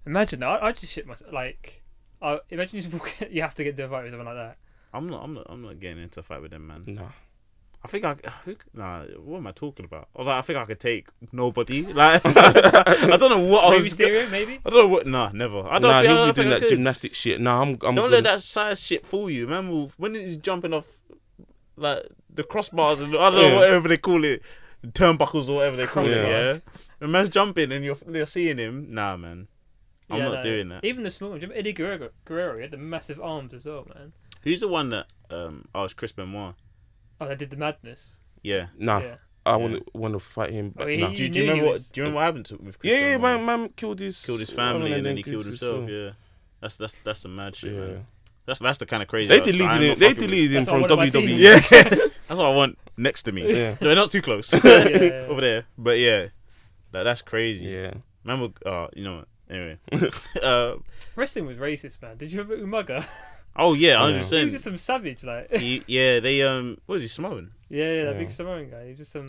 S2: Imagine that. I, I just shit myself. Like, I, imagine you, just walk, *laughs* you have to get into a fight with someone like that.
S1: I'm not. I'm not. I'm not getting into a fight with them, man.
S5: Nah.
S1: I think I who, nah. What am I talking about? I was like, I think I could take nobody. *laughs* Like, I don't know what I
S2: Maybe
S1: was. go-
S2: Mysterio, maybe.
S1: I don't know what. Nah, never. I don't.
S5: Nah,
S1: think, I
S5: he'll
S1: don't
S5: be doing
S1: think I
S5: that
S1: could.
S5: gymnastic shit. Nah, I'm. I'm
S1: Don't
S5: gonna-
S1: let that size shit fool you, man. Will- When he's jumping off, like the crossbars and I don't
S5: Yeah.
S1: know whatever they call it, turnbuckles or whatever they call it.
S5: Crossbars.
S1: Yeah, the man's jumping and you're you're seeing him. Nah, man. I'm not doing that.
S2: Even the small one. do you remember Eddie Guerrero, Guerrero he had the massive arms as well, man.
S1: Who's the one that? Um, oh, it's Chris Benoit.
S2: Oh, they did the madness.
S1: Yeah.
S5: Nah,
S2: Yeah.
S5: I want to want to fight him. But
S2: Oh, he-
S5: nah.
S1: Do, you-
S2: You
S1: do you
S2: knew he
S1: remember what?
S2: was-
S1: Do you remember what happened to with Chris
S5: Yeah, yeah,
S1: Benoit?
S5: man, man killed his
S1: killed his
S5: woman
S1: family and then he killed
S5: his
S1: himself.
S5: son.
S1: Yeah, that's that's that's some mad shit.
S5: Yeah.
S1: Man. That's that's the kind of crazy.
S5: They
S1: I- I'm
S5: deleted
S1: not
S5: him. They
S1: fucking with.
S5: deleted him
S2: That's on
S5: from E.
S2: one of my
S5: WWE.
S2: teams.
S5: *laughs*
S1: Yeah, that's what I want next to me.
S5: Yeah.
S1: *laughs* No, not too close
S2: Yeah, yeah, yeah.
S1: *laughs* over there. But yeah, that, that's crazy.
S5: yeah.
S1: Remember, uh, you know what? Anyway, *laughs* uh,
S2: Wrestling was racist, man. Did you remember Umaga?
S1: oh yeah, hundred
S2: *laughs* he was just
S1: percent.
S2: some savage, like.
S1: He- Yeah, they um, what was he Samoan?
S2: *laughs* Yeah, yeah, that
S5: Yeah.
S2: big Samoan guy. He was just some.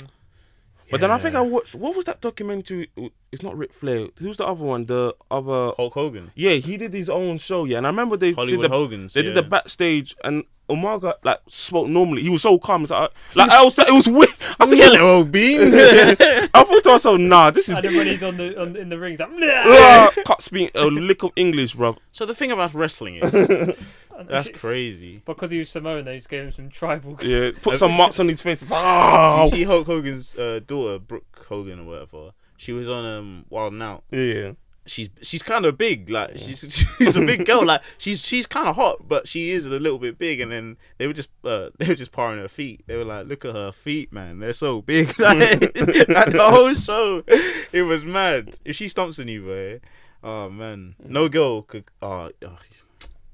S5: But then I
S1: Yeah.
S5: think I watched. What was that documentary? It's not Ric Flair. Who's the other one? The other.
S1: Hulk Hogan,
S5: Yeah, he did his own show. Yeah, and I remember they
S1: Hollywood
S5: did the
S1: Hogan's.
S5: they
S1: yeah.
S5: did the backstage and. Umaga like spoke normally. He was so calm. It's Like, I- like I was, it was weird.
S2: *laughs*
S5: I was like,
S1: Hello, Bean.
S5: I thought to myself, nah, this is
S2: And then when he's on the on, in the ring, he's like.
S5: Ugh, *laughs* can't speak a lick of English, bro.
S1: *laughs* so the thing about wrestling is
S5: *laughs*
S1: *laughs*
S2: And
S1: that's
S2: she-
S1: crazy.
S2: Because he was Samoan, they just gave him some tribal.
S5: Yeah, put some marks on his face.
S2: *laughs*
S5: Ah,
S1: You see Hulk Hogan's uh, daughter, Brooke Hogan or whatever. She was on um Wild Now.
S5: yeah.
S1: She's she's kind of big, like she's *laughs* she's a big girl, like she's she's kind of hot, but she is a little bit big. And then they were just uh, *laughs* they were just paring her feet. They were like, look at her feet, man, they're so big. *laughs* Like, at the whole show, it was mad. If she stomps on you, boy, oh man, no girl could. Oh, oh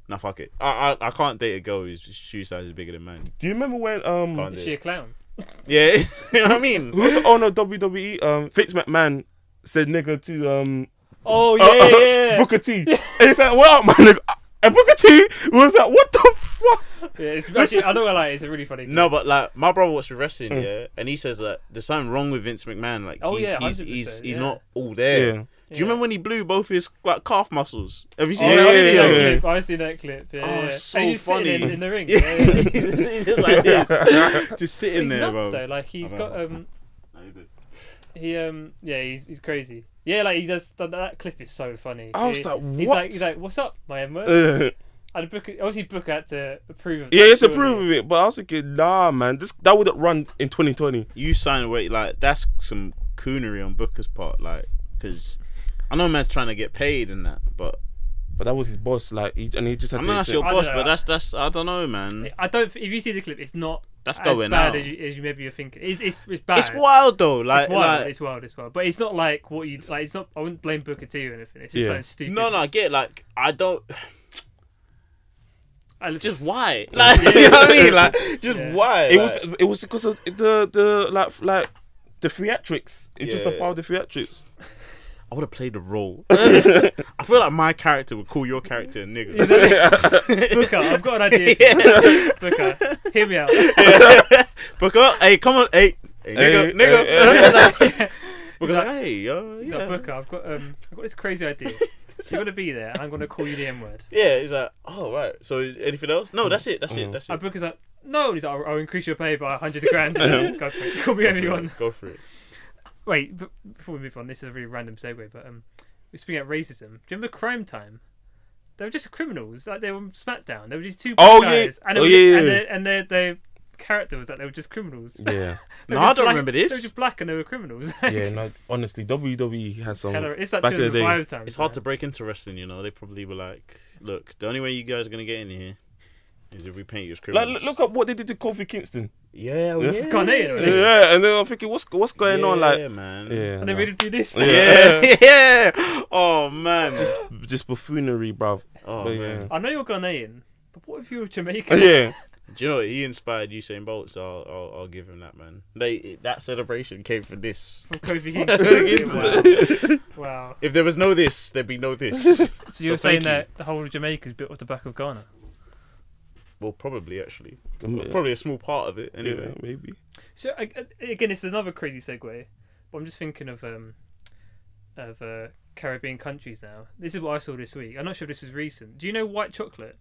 S1: nah, fuck it. I, I I can't date a girl whose shoe size is bigger than mine.
S5: Do you remember when um
S1: Can't do
S2: Is *laughs*
S1: it.
S2: she a clown?
S1: Yeah, *laughs* you know what I mean.
S5: Who's the owner of WWE? Um, Vince McMahon said nigga to um
S1: *laughs*
S2: Oh
S5: *laughs*
S2: yeah, yeah.
S5: Booker T. And he's like, well, my nigga. And Booker T was like, what the fuck?
S2: yeah it's actually, I don't lie, it's a really funny.
S1: No, but like my brother watched wrestling, yeah, and he says that there's something wrong with Vince McMahon. Like,
S2: Oh,
S1: he's,
S2: yeah,
S1: he's he's
S2: 100%,
S1: he's
S2: yeah.
S1: not all there.
S5: Yeah.
S1: Do you remember when he blew both his like calf muscles? Have you
S2: Oh,
S1: seen
S5: Yeah,
S1: that
S2: I've seen
S1: video?
S2: that
S5: yeah,
S2: clip. I've seen that clip. Yeah,
S1: Oh,
S2: yeah.
S1: it's so
S2: and he's sitting
S1: funny.
S2: In, in the ring.
S1: Yeah,
S2: Yeah, yeah.
S1: *laughs*
S2: He's
S1: he's, he's just like this, just sitting there,
S2: nuts
S1: bro.
S2: though. Like he's
S1: I
S2: got
S1: know.
S2: um, he um, yeah, he's he's crazy. Yeah, like he does that, that clip is so funny.
S5: I was
S2: He-
S5: like,
S2: He's
S5: what?
S2: like, he's like, what's up, my
S1: *laughs*
S2: Emma? *laughs*
S5: yeah,
S2: and Booker, obviously Booker had to approve of.
S5: you
S2: that,
S5: have to
S2: surely.
S5: prove it. But I was thinking, nah, man, this that wouldn't run in 2020.
S1: You sign away like that's some coonery on Booker's part, like because I know man's trying to get paid and that, but
S5: But that was his boss, like, he, and he just had
S1: I'm
S5: to.
S1: not that's
S5: say-
S1: your
S2: I don't
S1: boss,
S2: know.
S1: but that's that's I don't know, man.
S2: I don't. If you see the clip, it's not
S1: That's
S2: as
S1: going
S2: bad
S1: out.
S2: as you, as you maybe you're thinking. It's it's, it's bad.
S1: It's wild though, like
S2: it's wild,
S1: like
S2: it's wild, it's wild. But it's not like what you like. It's not. I wouldn't blame Booker T or anything. It's just
S5: Yeah.
S2: something stupid.
S1: no, no, I get like I don't.
S2: I li-
S1: just why? Like, *laughs* you know what I mean? Like, just
S2: Yeah.
S1: why?
S5: It
S1: Like,
S5: was it was because of the the like like the theatrics. It's just
S1: Yeah.
S5: about the theatrics.
S1: I would have played the *laughs* role. I feel like my character would call your character a nigga.
S2: Booker, I've got
S1: *laughs*
S2: an idea. for you. *laughs* Booker, hear me out.
S1: Booker, hey, come on, hey, hey nigga,
S5: Hey,
S1: nigga. *laughs*
S5: hey,
S1: Like, Booker's like, hey, yo,
S2: He's like,
S1: yeah.
S2: Booker, I've got um, I've got this crazy idea. You're gonna be there, and I'm gonna call you the N word.
S1: Yeah, he's like, oh right. So is anything else? No, that's it.
S5: Mm.
S1: That's it. That's
S2: And
S1: it.
S2: Booker's like, no. And he's like, I'll, I'll increase your pay by a hundred
S1: *laughs*
S2: grand. Go for it. Call me whoever you want.
S1: Go for *laughs* it.
S2: Wait, but before we move on, this is a really random segue, but um, we're speaking about racism. Do you remember Crime Time? They were just criminals. Like they were on SmackDown. They were these two
S5: Oh,
S2: black
S5: yeah.
S2: guys, and, they
S5: Oh,
S2: were-
S5: yeah,
S2: and,
S5: yeah.
S2: their, and their their character was that they were just criminals. *laughs* They
S5: Yeah,
S1: No,
S2: were
S1: I
S2: just
S1: don't
S2: black-
S1: remember
S2: They were
S1: this.
S2: just black and they were criminals. *laughs*
S5: yeah. No, honestly, WWE has some.
S2: Kinda- it's like
S5: back in the day,
S2: 2005 times.
S1: It's hard to break into wrestling, you know. They probably were like, look, the only way you guys are gonna get in here is if we paint you as
S5: Like,
S1: criminals.
S5: look- look up what they did to Kofi Kingston.
S1: yeah, oh, yeah.
S5: Yeah. It's
S2: Ghanaian,
S1: yeah.
S2: isn't it?
S5: Yeah, and then I'm thinking, what's what's going on? Like,
S1: man.
S5: yeah,
S2: And they
S5: nah.
S2: really do
S1: *laughs*
S2: this. *laughs*
S1: Yeah, yeah. Oh man. Just
S5: just buffoonery, bruv.
S1: oh
S5: But
S1: man.
S2: I know you're Ghanaian, but what if you were
S5: yeah, *laughs*
S2: Jamaican?
S5: yeah.
S1: Do you know what? he inspired Usain Bolt? So I'll, I'll, I'll give him that, man. They that celebration came from
S5: *laughs*
S1: this.
S2: From Kofi
S1: Kingston.
S2: Kingston. wow. wow.
S1: If there was no this, there'd be no
S5: *laughs*
S1: this.
S2: So you're
S1: So
S2: saying
S1: thank you.
S2: that the whole of Jamaica is built off the back of Ghana?
S1: well, probably actually,
S5: Um,
S1: probably a small part of it. Anyway,
S5: yeah, maybe.
S2: So I, I- again, it's another crazy segue, but I'm just thinking of um, of uh, Caribbean countries now. This is what I saw this week. I'm not sure if this was recent. Do you know White Chocolate?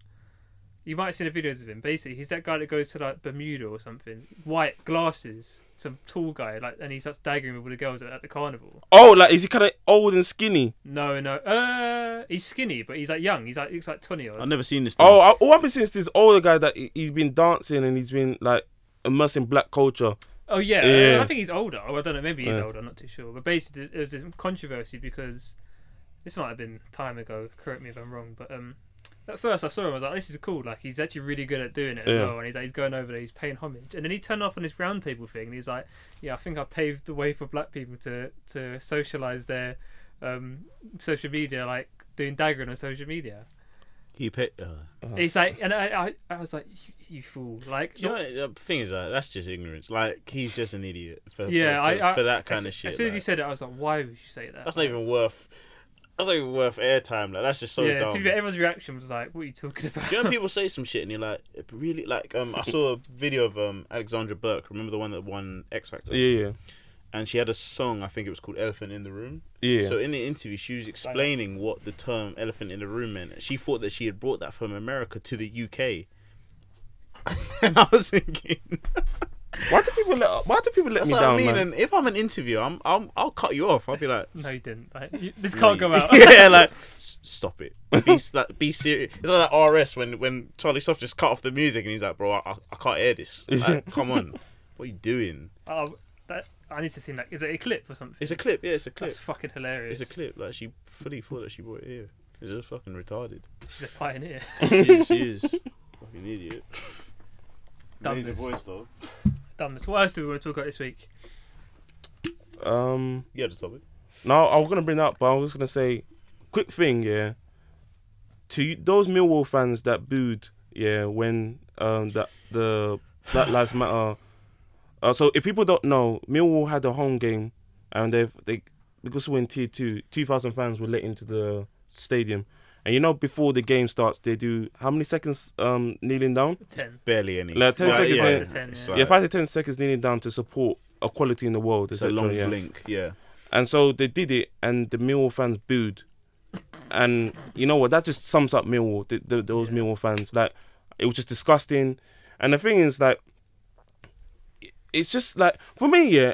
S2: You might have seen the videos of him. Basically, he's that guy that goes to like Bermuda or something. White glasses, some tall guy, like, and he starts daggering with all the girls at, at the carnival.
S5: Oh, like is he kind of old and skinny?
S2: No, no, uh, he's skinny, but he's like young. He's like he looks like twenty or.
S1: I've never seen this.
S5: Oh, I, all I've been seeing is this older guy that he, he's been dancing and he's been like immersing black culture.
S2: Oh yeah,
S5: Yeah.
S2: I think he's older. Oh, I don't know. Maybe he's
S5: Yeah.
S2: older. I'm not too sure. But basically, there was this controversy because this might have been time ago. Correct me if I'm wrong. But um, at first I saw him. I was like, "This is cool. Like he's actually really good at doing it as
S5: Yeah.
S2: well." And he's like, he's going over there. He's paying homage. And then he turned off on this roundtable thing. And he was like, "Yeah, I think I paved the way for black people to to socialize their um social media, like doing daggering on social media."
S1: He picked. Uh,
S2: It's like, and I I, I was like, "You, you fool!" Like.
S1: do you
S2: not-
S1: know, the thing is, like, that's just ignorance. Like he's just an idiot for, for-
S2: yeah,
S1: for,
S2: I, I
S1: for that kind
S2: as,
S1: of shit.
S2: As soon as
S1: like.
S2: he said it, I was like, "Why would you say that?"
S1: that's not even worth. That's not even worth airtime. Like that's just so
S2: yeah,
S1: dumb.
S2: to be fair, everyone's reaction was like, "What are you talking about?"
S1: Do you know when people say some shit and you're like, "It really? Like, um, I saw a video of um Alexandra Burke. Remember the one that won X Factor?
S5: Yeah,
S1: And she had a song. I think it was called "Elephant in the Room."
S5: yeah, yeah.
S1: So in the interview, she was explaining what the term "elephant in the room" meant. She thought that she had brought that from America to the UK. *laughs* and I was thinking,
S5: why do people let Why do people let
S1: that's
S5: me
S1: what
S5: down,
S1: I mean.
S5: man?
S1: And if I'm an interviewer, I'm, I'm I'll cut you off. I'll be like,
S2: *laughs* no,
S1: "S-
S2: you didn't.
S1: *laughs*
S2: Like, you- this
S1: no,
S2: can't
S1: you-
S2: go
S1: *laughs*
S2: out. *laughs*
S1: yeah, like "S- stop it. Be s- like, be serious. It's like that RS when when Charlie Soft just cut off the music and he's like, bro, I, I- I can't hear this. Like, come on, what are you doing?
S2: oh, that, I need to see that. Is it a clip or something?
S1: It's a clip. Yeah, it's a clip.
S2: That's fucking hilarious.
S1: It's a clip. Like she fully thought that she brought it here. It's just fucking retarded.
S2: She's a pioneer.
S1: *laughs*
S2: *laughs*
S1: she, she is fucking idiot.
S2: Amazing Dumbest. voice,
S1: though.
S2: Dumbest. What else do we want to talk about this week?
S5: Um,
S1: Yeah, the topic.
S5: no, I was gonna bring that up, but I was gonna say, quick thing, yeah. To you, those Millwall fans that booed, yeah, when um that the Black Lives Matter. Uh, so if people don't know, Millwall had a home game, and they they because we're in tier two, two thousand fans were let into the stadium, and you know before the game starts, they do how many seconds um kneeling down?
S2: Ten.
S1: Barely any.
S5: Like, 10 seconds
S1: yeah,
S5: there.
S1: it's
S2: 10, yeah.
S1: like-
S5: Yeah, five to ten seconds kneeling down to support equality in the world.
S1: it's a
S5: etc.,
S1: long
S5: yeah.
S1: blink. Yeah.
S5: And so they did it, and the Millwall fans booed. And you know what? That just sums up Millwall. th th those Millwall fans, like, it was just disgusting. And the thing is, like, it- it's just like for me, yeah.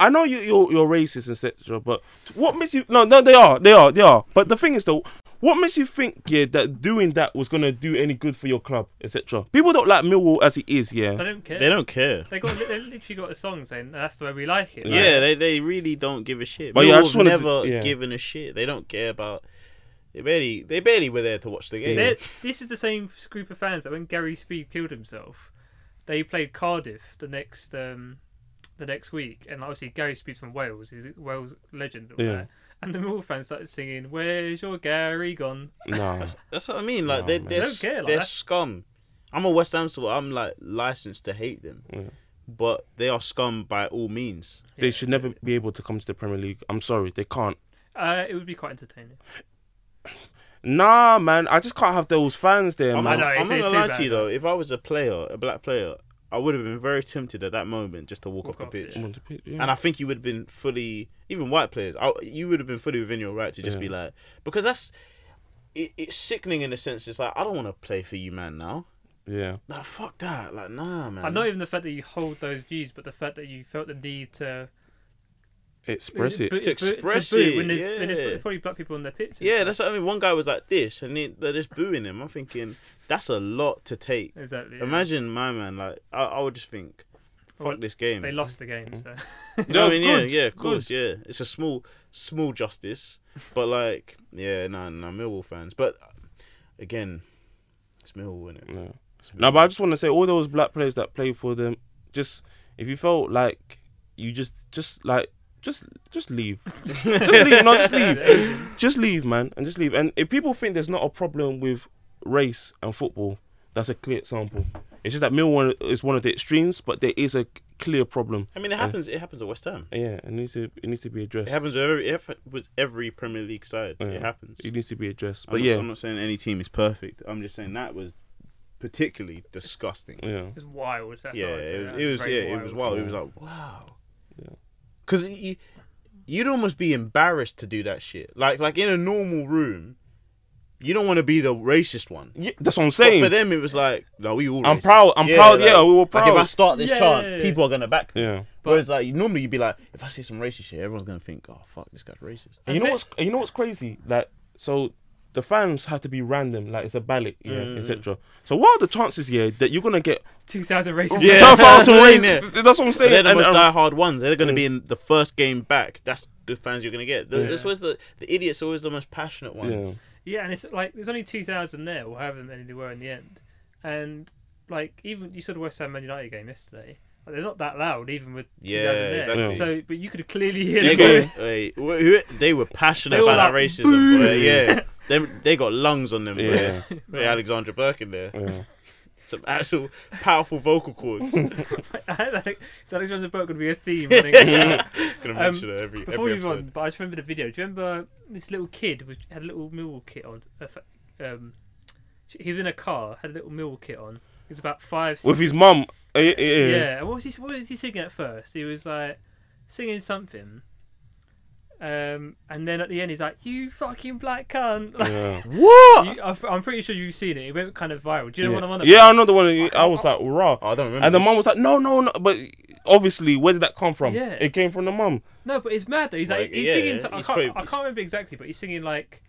S5: I know you, you're you're racist, etc. But what makes you? No, no, they are, they are, they are. But the thing is, though, what makes you think, yeah, that doing that was gonna do any good for your club, etc. People don't like Millwall as it is,
S2: I
S5: yeah.
S2: don't care.
S1: They don't care.
S2: They got. They literally got a song saying that's the way we like it.
S1: Yeah, they, they really don't give a shit.
S5: But
S1: But
S5: yeah, I
S1: yeah,
S5: just wanted to-
S1: never
S5: yeah.
S1: given a shit. They don't care about. They barely they barely were there to watch the game.
S2: They're- This is the same group of fans that when Gary Speed killed himself, they played Cardiff the next um, the next week, and obviously Gary Speed's from Wales, he's a Wales legend. and all
S5: Yeah.
S2: that. And the Millwall fans started singing, "Where's your Gary gone?"
S5: No,
S1: That's what I mean. Like
S5: Nah,
S1: they're
S5: man.
S1: they're,
S2: They don't care like
S1: they're
S2: that.
S1: scum. I'm a West Ham supporter. I'm like licensed to hate them, but they are scum by all means.
S5: they should never be able to come to the Premier League. I'm sorry, they can't.
S2: Uh, it would be quite entertaining.
S5: Nah, man, I just can't have those fans there,
S1: I'm,
S5: man.
S2: know,
S1: I'm
S2: it's-
S1: not
S2: it's
S1: gonna
S2: too
S1: lie
S2: bad,
S1: to you though. If I was a player, a black player, I would have been very tempted at that moment just to walk,
S2: Walk
S1: off
S2: off,
S1: the pitch.
S2: yeah.
S5: On the pitch, yeah.
S1: And I think you would have been fully, even white players, I, you would have been fully within your right to just be like, because that's, it, it's sickening in a sense. It's like I don't want to play for you, man. Now,
S5: yeah.
S1: nah, fuck that. Like, nah, man.
S2: And not even the fact that you hold those views, but the fact that you felt the need to
S5: Express it.
S2: boo-
S1: To
S2: boo-
S1: express
S2: boo
S1: it,
S2: when there's, when
S1: yeah.
S2: there's probably black people on their pitch. and
S1: Yeah,
S2: stuff.
S1: that's what I mean. One guy was like this, and then they're just booing him. I'm thinking that's a lot to take.
S2: exactly. yeah.
S1: Imagine my man. Like, I, I would just think, fuck
S2: Well,
S1: this game.
S2: they lost the game. So *laughs*
S1: You know what I mean?
S5: No, good,
S1: yeah, yeah, of course, yeah. It's a small, small justice, but like, yeah, no, no, Millwall fans. But again, it's Millwall, innit?
S5: No. No, but I just want to say all those black players that play for them, just if you felt like you just just like just
S1: *laughs*
S5: just leave. just leave, no, just leave. Just leave, man, and just leave. And if people think there's not a problem with race and football, that's a clear example. It's just that Millwall is one of the extremes, but there is a clear problem.
S1: I mean, it happens. It happens at West Ham.
S5: Yeah, it needs to it needs to be addressed.
S1: It happens with every. It was every Premier League side.
S5: Yeah.
S1: It happens.
S5: It needs to be addressed.
S1: I'm
S5: But
S1: not,
S5: yeah,
S1: I'm not saying any team is perfect. I'm just saying that was particularly disgusting.
S5: yeah.
S2: It's wild. That's
S1: yeah,
S2: all I'd
S1: it
S2: say.
S1: was.
S2: That's
S1: It was
S2: very
S1: yeah,
S2: wild.
S1: it was wild. It was like wow. Because you, you'd almost be embarrassed to do that shit. Like like in a normal room, you don't want to be the racist one.
S5: yeah, that's what I'm
S1: But
S5: saying.
S1: for them, it was like, no, we all.
S5: I'm
S1: racist.
S5: proud- I'm proud, yeah, we were
S1: Like if I
S5: proud.
S1: start this
S2: Yeah.
S1: chant, people are gonna back me.
S5: Yeah.
S1: Whereas like normally you'd be like, if I see some racist shit, everyone's gonna think, oh fuck, this guy's racist.
S5: And you
S2: I
S5: know
S2: bet-
S5: what's and you know what's crazy? Like so the fans have to be random, like it's a ballot, yeah, etc. So what are the chances here that you're gonna get
S2: 2,000 races.
S1: Yeah.
S2: *laughs*
S5: ten thousand rain?
S1: Yeah.
S5: That's what I'm saying.
S1: they're the
S5: And- um,
S1: most
S5: and-
S1: die-hard ones. They're going to be in the first game back. That's the fans you're going to get. The, That's
S2: Yeah.
S1: always the the idiots. Are always the most passionate ones.
S5: Yeah.
S2: Yeah, and it's like there's only two thousand there, or however many there were in the end. And like even you saw the West Ham Man United game yesterday. Like, they're not that loud, even with two
S1: Yeah,
S2: thousand there.
S1: exactly.
S2: So, but you could clearly hear
S1: They,
S2: them. *laughs*
S5: could-
S1: got, wait, who- who- they were passionate
S2: They were
S1: about that
S2: like,
S1: racism. boy. Yeah, they they got lungs on them. boy.
S5: Yeah.
S1: Boy, Alexandra Burke in there.
S5: Yeah.
S1: *laughs* Some actual powerful vocal cords. *laughs* Gonna
S2: so Alexander Burke would be a theme.
S1: *laughs*
S2: I think.
S1: mention it every
S2: Before
S1: every
S2: we move on,
S1: episode.
S2: but I just remember the video. Do you remember this little kid was had a little Millwall kit on? a fa- Um, he was in a car, had a little Millwall kit on. He was about five. six-
S5: With his mum. eh, eh,
S2: Yeah.
S5: eh,
S2: and What was he? What was he singing at first? He was like singing something, um, and then at the end he's like, "You fucking black cunt." *laughs* Like,
S5: Yeah.
S1: What?
S2: you, I've- I'm pretty sure you've seen it. It went kind of viral. Do you know what I'm on
S5: Yeah.
S2: about?
S5: yeah, I know the one. I was like, raw.
S1: Oh, I don't remember.
S5: And the mum was like, no, no, no. But obviously, where did that come from?
S2: Yeah.
S5: It came from the mum.
S2: No, but it's mad though. He's
S1: Like,
S2: like, he's
S1: yeah,
S2: singing. to- I,
S1: he's
S2: can't,
S1: probably-
S2: I can't remember exactly, but he's singing like,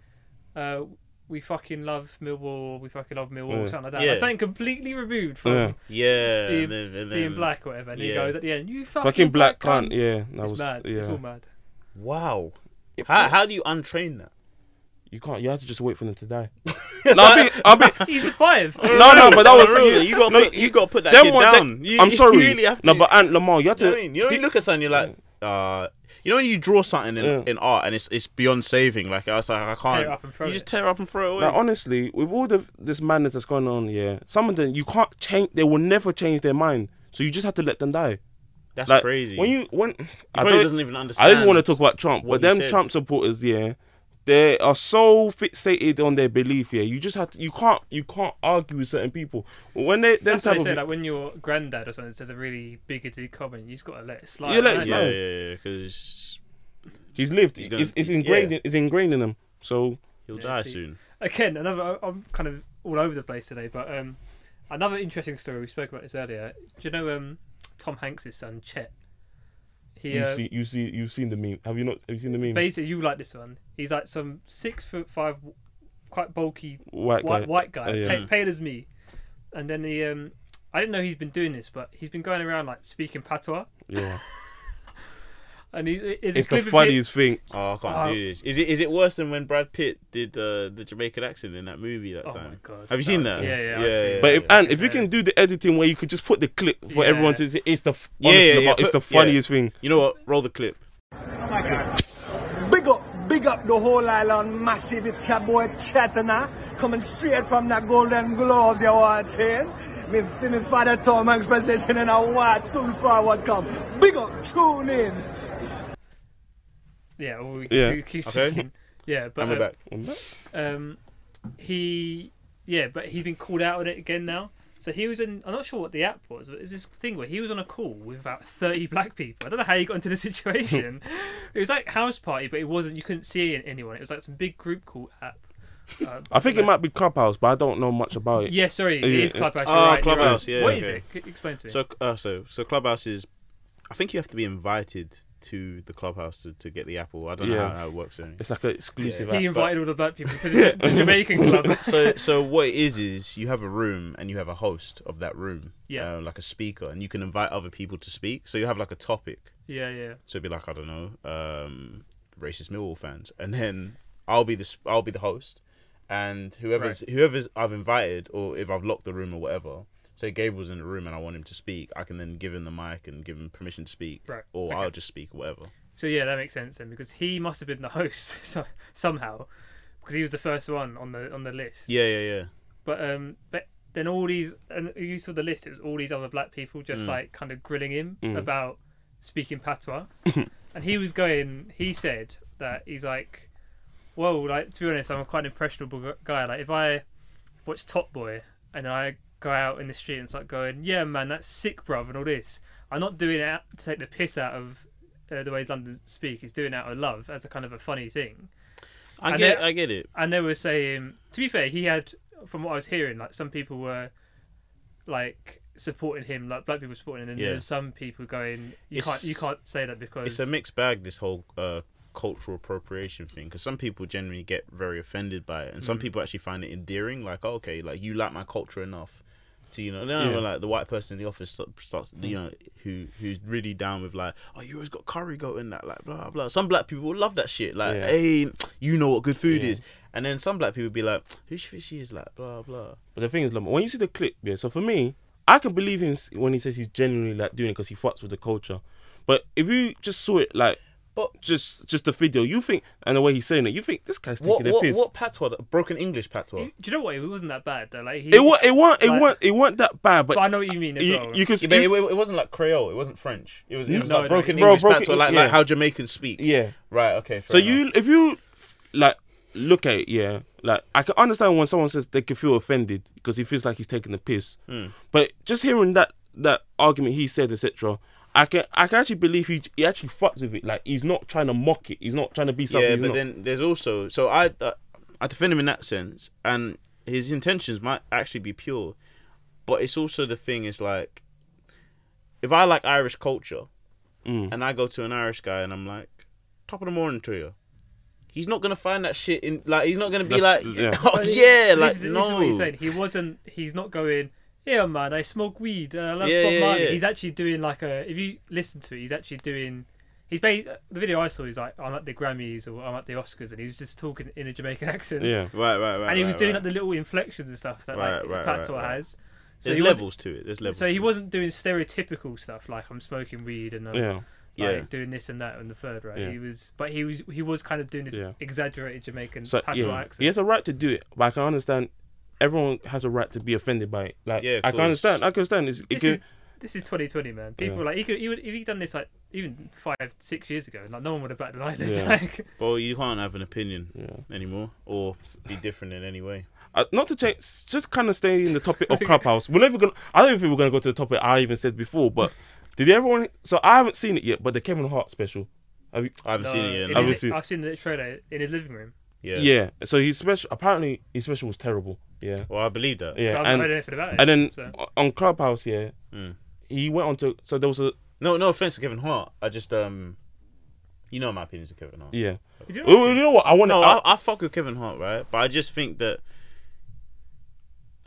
S2: uh, "We fucking love Millwall. We fucking love Millwall."
S5: Yeah.
S2: or Something like that.
S1: Yeah.
S2: Like something completely removed from
S5: Yeah.
S1: yeah,
S2: being-
S1: and then- and
S2: being
S1: then-
S2: black or whatever. And
S1: yeah.
S2: he goes at the end, "You fucking,
S5: Fucking black cunt.
S2: cunt."
S5: Yeah, that
S2: It's
S5: was.
S2: mad.
S5: Yeah.
S2: It's all mad.
S1: Wow. How how do you untrain that?
S5: You can't. You have to just wait for them to die. no, I be, I be,
S2: He's a five.
S5: no, no, but that was
S1: Really, you got
S5: no,
S1: put, you got put that
S5: them
S1: kid
S5: one- that-
S1: down. You-
S5: I'm
S1: you
S5: sorry.
S1: really have
S5: No,
S1: to-
S5: but Ant Lamar, you have
S1: You know
S5: to. Mm.
S1: what I mean? You know, when
S5: Pe-
S1: you look at something, you're like, uh, you know, when you draw something in,
S5: Yeah.
S1: in art and it's it's beyond saving. Like I was like, I can't.
S2: up and throw
S1: you
S2: it.
S1: just tear up and throw it away.
S5: Like honestly, with all the this madness that's going on, yeah, some of them you can't change. They will never change their mind. So you just have to let them die.
S1: That's
S5: Like
S1: crazy.
S5: When you when I
S1: probably
S5: don't,
S1: doesn't even
S5: I
S1: understand.
S5: don't even want to talk about Trump,
S1: what he
S5: but them
S1: said.
S5: Trump supporters, yeah, they are so fixated on their belief. Yeah, you just have to. You can't. You can't argue with certain people when they. Them
S2: That's what
S5: type
S2: I
S5: of,
S2: say. Like when your granddad or something says a really bigoted comment, you just gotta let it slide.
S5: Yeah, let it
S2: Like,
S5: slide.
S1: yeah, yeah, yeah, because
S5: he's lived.
S1: He's gonna-
S5: it's, it's ingrained.
S1: yeah.
S5: It's ingrained in them. So
S1: he'll
S2: Yeah,
S1: die
S2: see.
S1: soon.
S2: again, another. I- I'm kind of all over the place today, but um, another interesting story. We spoke about this earlier. Do you know um, Tom Hanks' son Chet? He
S5: you
S2: uh,
S5: see, you see, you've seen the meme. Have you not? Have you seen the meme?
S2: basically you like this one. He's like some six foot five, quite bulky
S5: White guy.
S2: white white guy,
S5: Oh, yeah.
S2: pa- pale, as me. And then he, um, I didn't know he's been doing this, but he's been going around like speaking patois,
S1: *laughs*
S5: yeah,
S2: and he is
S5: it's the funniest thing.
S1: Oh, I can't
S2: Uh,
S1: do this. Is it is it worse than when Brad Pitt did uh, the Jamaican accent in that movie that
S2: Oh
S1: time?
S2: my God.
S1: Have you seen that?
S2: yeah, yeah, I've
S1: yeah.
S2: seen it.
S5: But if
S1: yeah.
S5: and if you can do the editing where you could just put the clip for
S2: Yeah.
S5: everyone to see, it's the f-
S1: Yeah,
S5: honestly,
S1: yeah, yeah,
S5: about- it's
S1: put-
S5: the funniest thing.
S1: you know what, roll the clip.
S6: Big up, big up the whole island massive. It's your boy Chetana coming straight from the Golden Globes, you what I'm saying? Me, fi- me father Tom Hanks presenting in a white soon forward come. Big up, tune in.
S2: Yeah, well, we
S5: Yeah.
S2: we keep
S1: Okay.
S2: speaking. *laughs* Yeah, but
S1: And we're
S2: um,
S1: back.
S2: um, he yeah, but he's been called out on it again now. So he was in. I'm not sure what the app was, but it was this thing where he was on a call with about 30 black people. I don't know how he got into the *laughs* situation. it was like house party, but it wasn't. You couldn't see anyone. It was like some big group call app. Uh,
S5: I think it might be Clubhouse, but I don't know much about it.
S2: Yeah, sorry, it
S5: Yeah,
S2: is
S5: yeah.
S2: Clubhouse.
S1: Oh,
S2: you're right, you're
S1: Clubhouse,
S2: right.
S1: yeah,
S2: What is
S1: okay.
S2: it? C- Explain to me.
S1: So uh, so so clubhouse is, I think you have to be invited to the clubhouse to, to get the apple. I don't know
S5: Yeah.
S1: how, how it works. Or anything.
S5: *laughs* It's like an exclusive.
S2: he
S5: app, but-
S2: invited all the black people to the,
S1: *laughs*
S2: the Jamaican club.
S1: so so what it is is you have a room and you have a host of that room
S2: Yeah.
S1: uh, like a speaker and you can invite other people to speak so you have like a topic
S2: *laughs* Yeah, yeah.
S1: so it'd be like i don't know um racist millwall fans and then i'll be the s- i'll be the host and whoever's whoever's I've invited or if I've locked the room or whatever. Say Gabriel's in the room and I want him to speak. I can then give him the mic and give him permission to speak,
S2: Right,
S1: or
S2: okay.
S1: I'll just speak, whatever.
S2: So yeah, that makes sense then because he must have been the host *laughs* so- somehow because he was the first one on the on the list.
S1: Yeah, yeah, yeah.
S2: But um, but then all these and you saw the list. It was all these other black people just like kind of grilling him about speaking patois, and he was going. He said that he's like, well, like to be honest, I'm quite an impressionable gu- guy. Like if I watch Top Boy and I go out in the street and start going, yeah, man, that's sick, bruv, and all this. I'm not doing it out to take the piss out of uh, the ways London speak. It's doing it out of love as a kind of a funny thing
S1: I
S2: And
S1: get,
S2: then-
S1: I get it.
S2: and they were saying to be fair he had from what i was hearing like some people were like supporting him like black people supporting him and there
S1: Yeah.
S2: were some people going you
S1: It's-
S2: can't you can't say that because
S1: It's a mixed bag. This whole uh, cultural appropriation thing, because some people generally get very offended by it, and
S5: Mm.
S1: some people actually find it endearing. Like, oh, okay, like you like my culture enough to you know, no,
S5: Yeah. Mm.
S1: like the white person in the office st- starts, you know, who who's really down with like, oh, you always got curry goat in that, like blah blah. Some black people will love that shit. Like,
S5: Yeah.
S1: hey, you know what good food
S5: Yeah.
S1: is, and then some black people be like, who she think she is, like blah blah.
S5: But the thing is, like, when you see the clip, yeah. So for me, I can believe him s- when he says he's genuinely like doing it because he fucks with the culture. But if you just saw it, like,
S1: But-
S5: just just the video, you think and the way he's saying it, you think this guy's taking
S1: What
S5: a
S1: what
S5: piss.
S1: what patois? Broken English patois.
S2: do you know what it wasn't that bad though like he,
S5: It wa it weren't it
S2: Like-
S5: weren't it weren't that bad, but,
S2: but i know what you mean as
S5: you,
S2: well
S5: you can
S1: Yeah,
S5: see.
S1: but it, it wasn't like Creole. It wasn't French. It was, it was
S2: No,
S1: like
S2: no,
S1: broken
S2: yeah.
S1: English
S5: Bro,
S1: back to
S5: broken-
S1: like,
S5: yeah.
S1: like how Jamaicans speak.
S5: yeah.
S1: Right. Okay.
S5: So you if you like look at it, yeah, like I can understand when someone says they can feel offended because he feels like he's taking the piss.
S1: Hmm.
S5: But just hearing that that argument he said, etc. I can I can actually believe he he actually fucks with it. Like he's not trying to mock it. He's not trying to be something.
S1: Yeah,
S5: he's
S1: but
S5: not.
S1: then there's also so I uh, I defend him in that sense, and his intentions might actually be pure, but it's also the thing is like, if I like Irish culture,
S5: Mm.
S1: and I go to an Irish guy and I'm like, top of the morning to you. He's not gonna find that shit in like he's not gonna be
S5: That's-
S1: like
S5: yeah.
S1: *laughs* oh
S2: But it-
S1: yeah
S2: this
S1: like
S2: is- this, is
S1: no
S2: what you're saying he wasn't he's not going yeah man i smoke weed and i love
S1: Yeah,
S2: Bob
S1: yeah,
S2: Marley."
S1: yeah.
S2: he's actually doing like a if you listen to it he's actually doing he's made the video i saw he's like i'm at the grammys or i'm at the oscars and he was just talking in a jamaican *laughs* accent
S5: yeah.
S1: right right right
S2: and he was
S1: right,
S2: doing
S1: right.
S2: like the little inflections and stuff that
S1: Right,
S2: like
S1: right,
S2: Patois
S1: right, right.
S2: has. So
S1: there's
S2: he wasn't-
S1: levels to it there's levels
S2: So
S1: to
S2: he
S1: it.
S2: wasn't doing stereotypical stuff like I'm smoking weed and I'm
S5: Yeah.
S2: like
S1: Yeah.
S2: doing this and that and the third. Right?
S5: Yeah.
S2: He was, but he was he was kind of doing this
S5: Yeah.
S2: exaggerated Jamaican
S5: So
S2: Patois
S5: yeah,
S2: accent.
S5: he has a right to do it, but I can understand. Everyone has a right to be offended by it. Like
S1: Yeah, of
S5: I can
S1: course.
S5: understand. I can understand. It's, it
S2: This
S5: can,
S2: is this is 2020, man. People
S5: Yeah.
S2: like he could he would if he'd done this like even five six years ago, like no one would have batted an eyelid.
S5: Yeah.
S2: *laughs* Like,
S1: Well, you can't have an opinion anymore or be different in any way.
S5: uh, not to change, s- just kind of stay in the
S1: *laughs*
S5: topic of Clubhouse. We're never gonna. I don't think we're gonna go to the topic I even said before.
S1: *laughs*
S5: But did everyone? So I haven't seen it yet. But the Kevin Hart special. Have you,
S1: I haven't
S2: no,
S1: seen it yet.
S2: in
S1: no.
S5: haven't
S2: his-
S5: seen it.
S2: I've seen the trailer in his living room.
S1: yeah.
S5: yeah. So his special. Apparently his special was terrible. Yeah.
S1: Well, I believe that.
S5: Yeah.
S2: So I've not heard
S5: and
S2: anything about it.
S5: and then
S2: so.
S5: o- on Clubhouse, yeah.
S1: Mm.
S5: He went on to. So there was a
S1: No, no offense to Kevin Hart. I just um, you know my opinions of Kevin Hart.
S5: yeah.
S2: You know-
S5: Oh, you know what? I want to.
S1: No, I, I fuck with Kevin Hart, right? But I just think that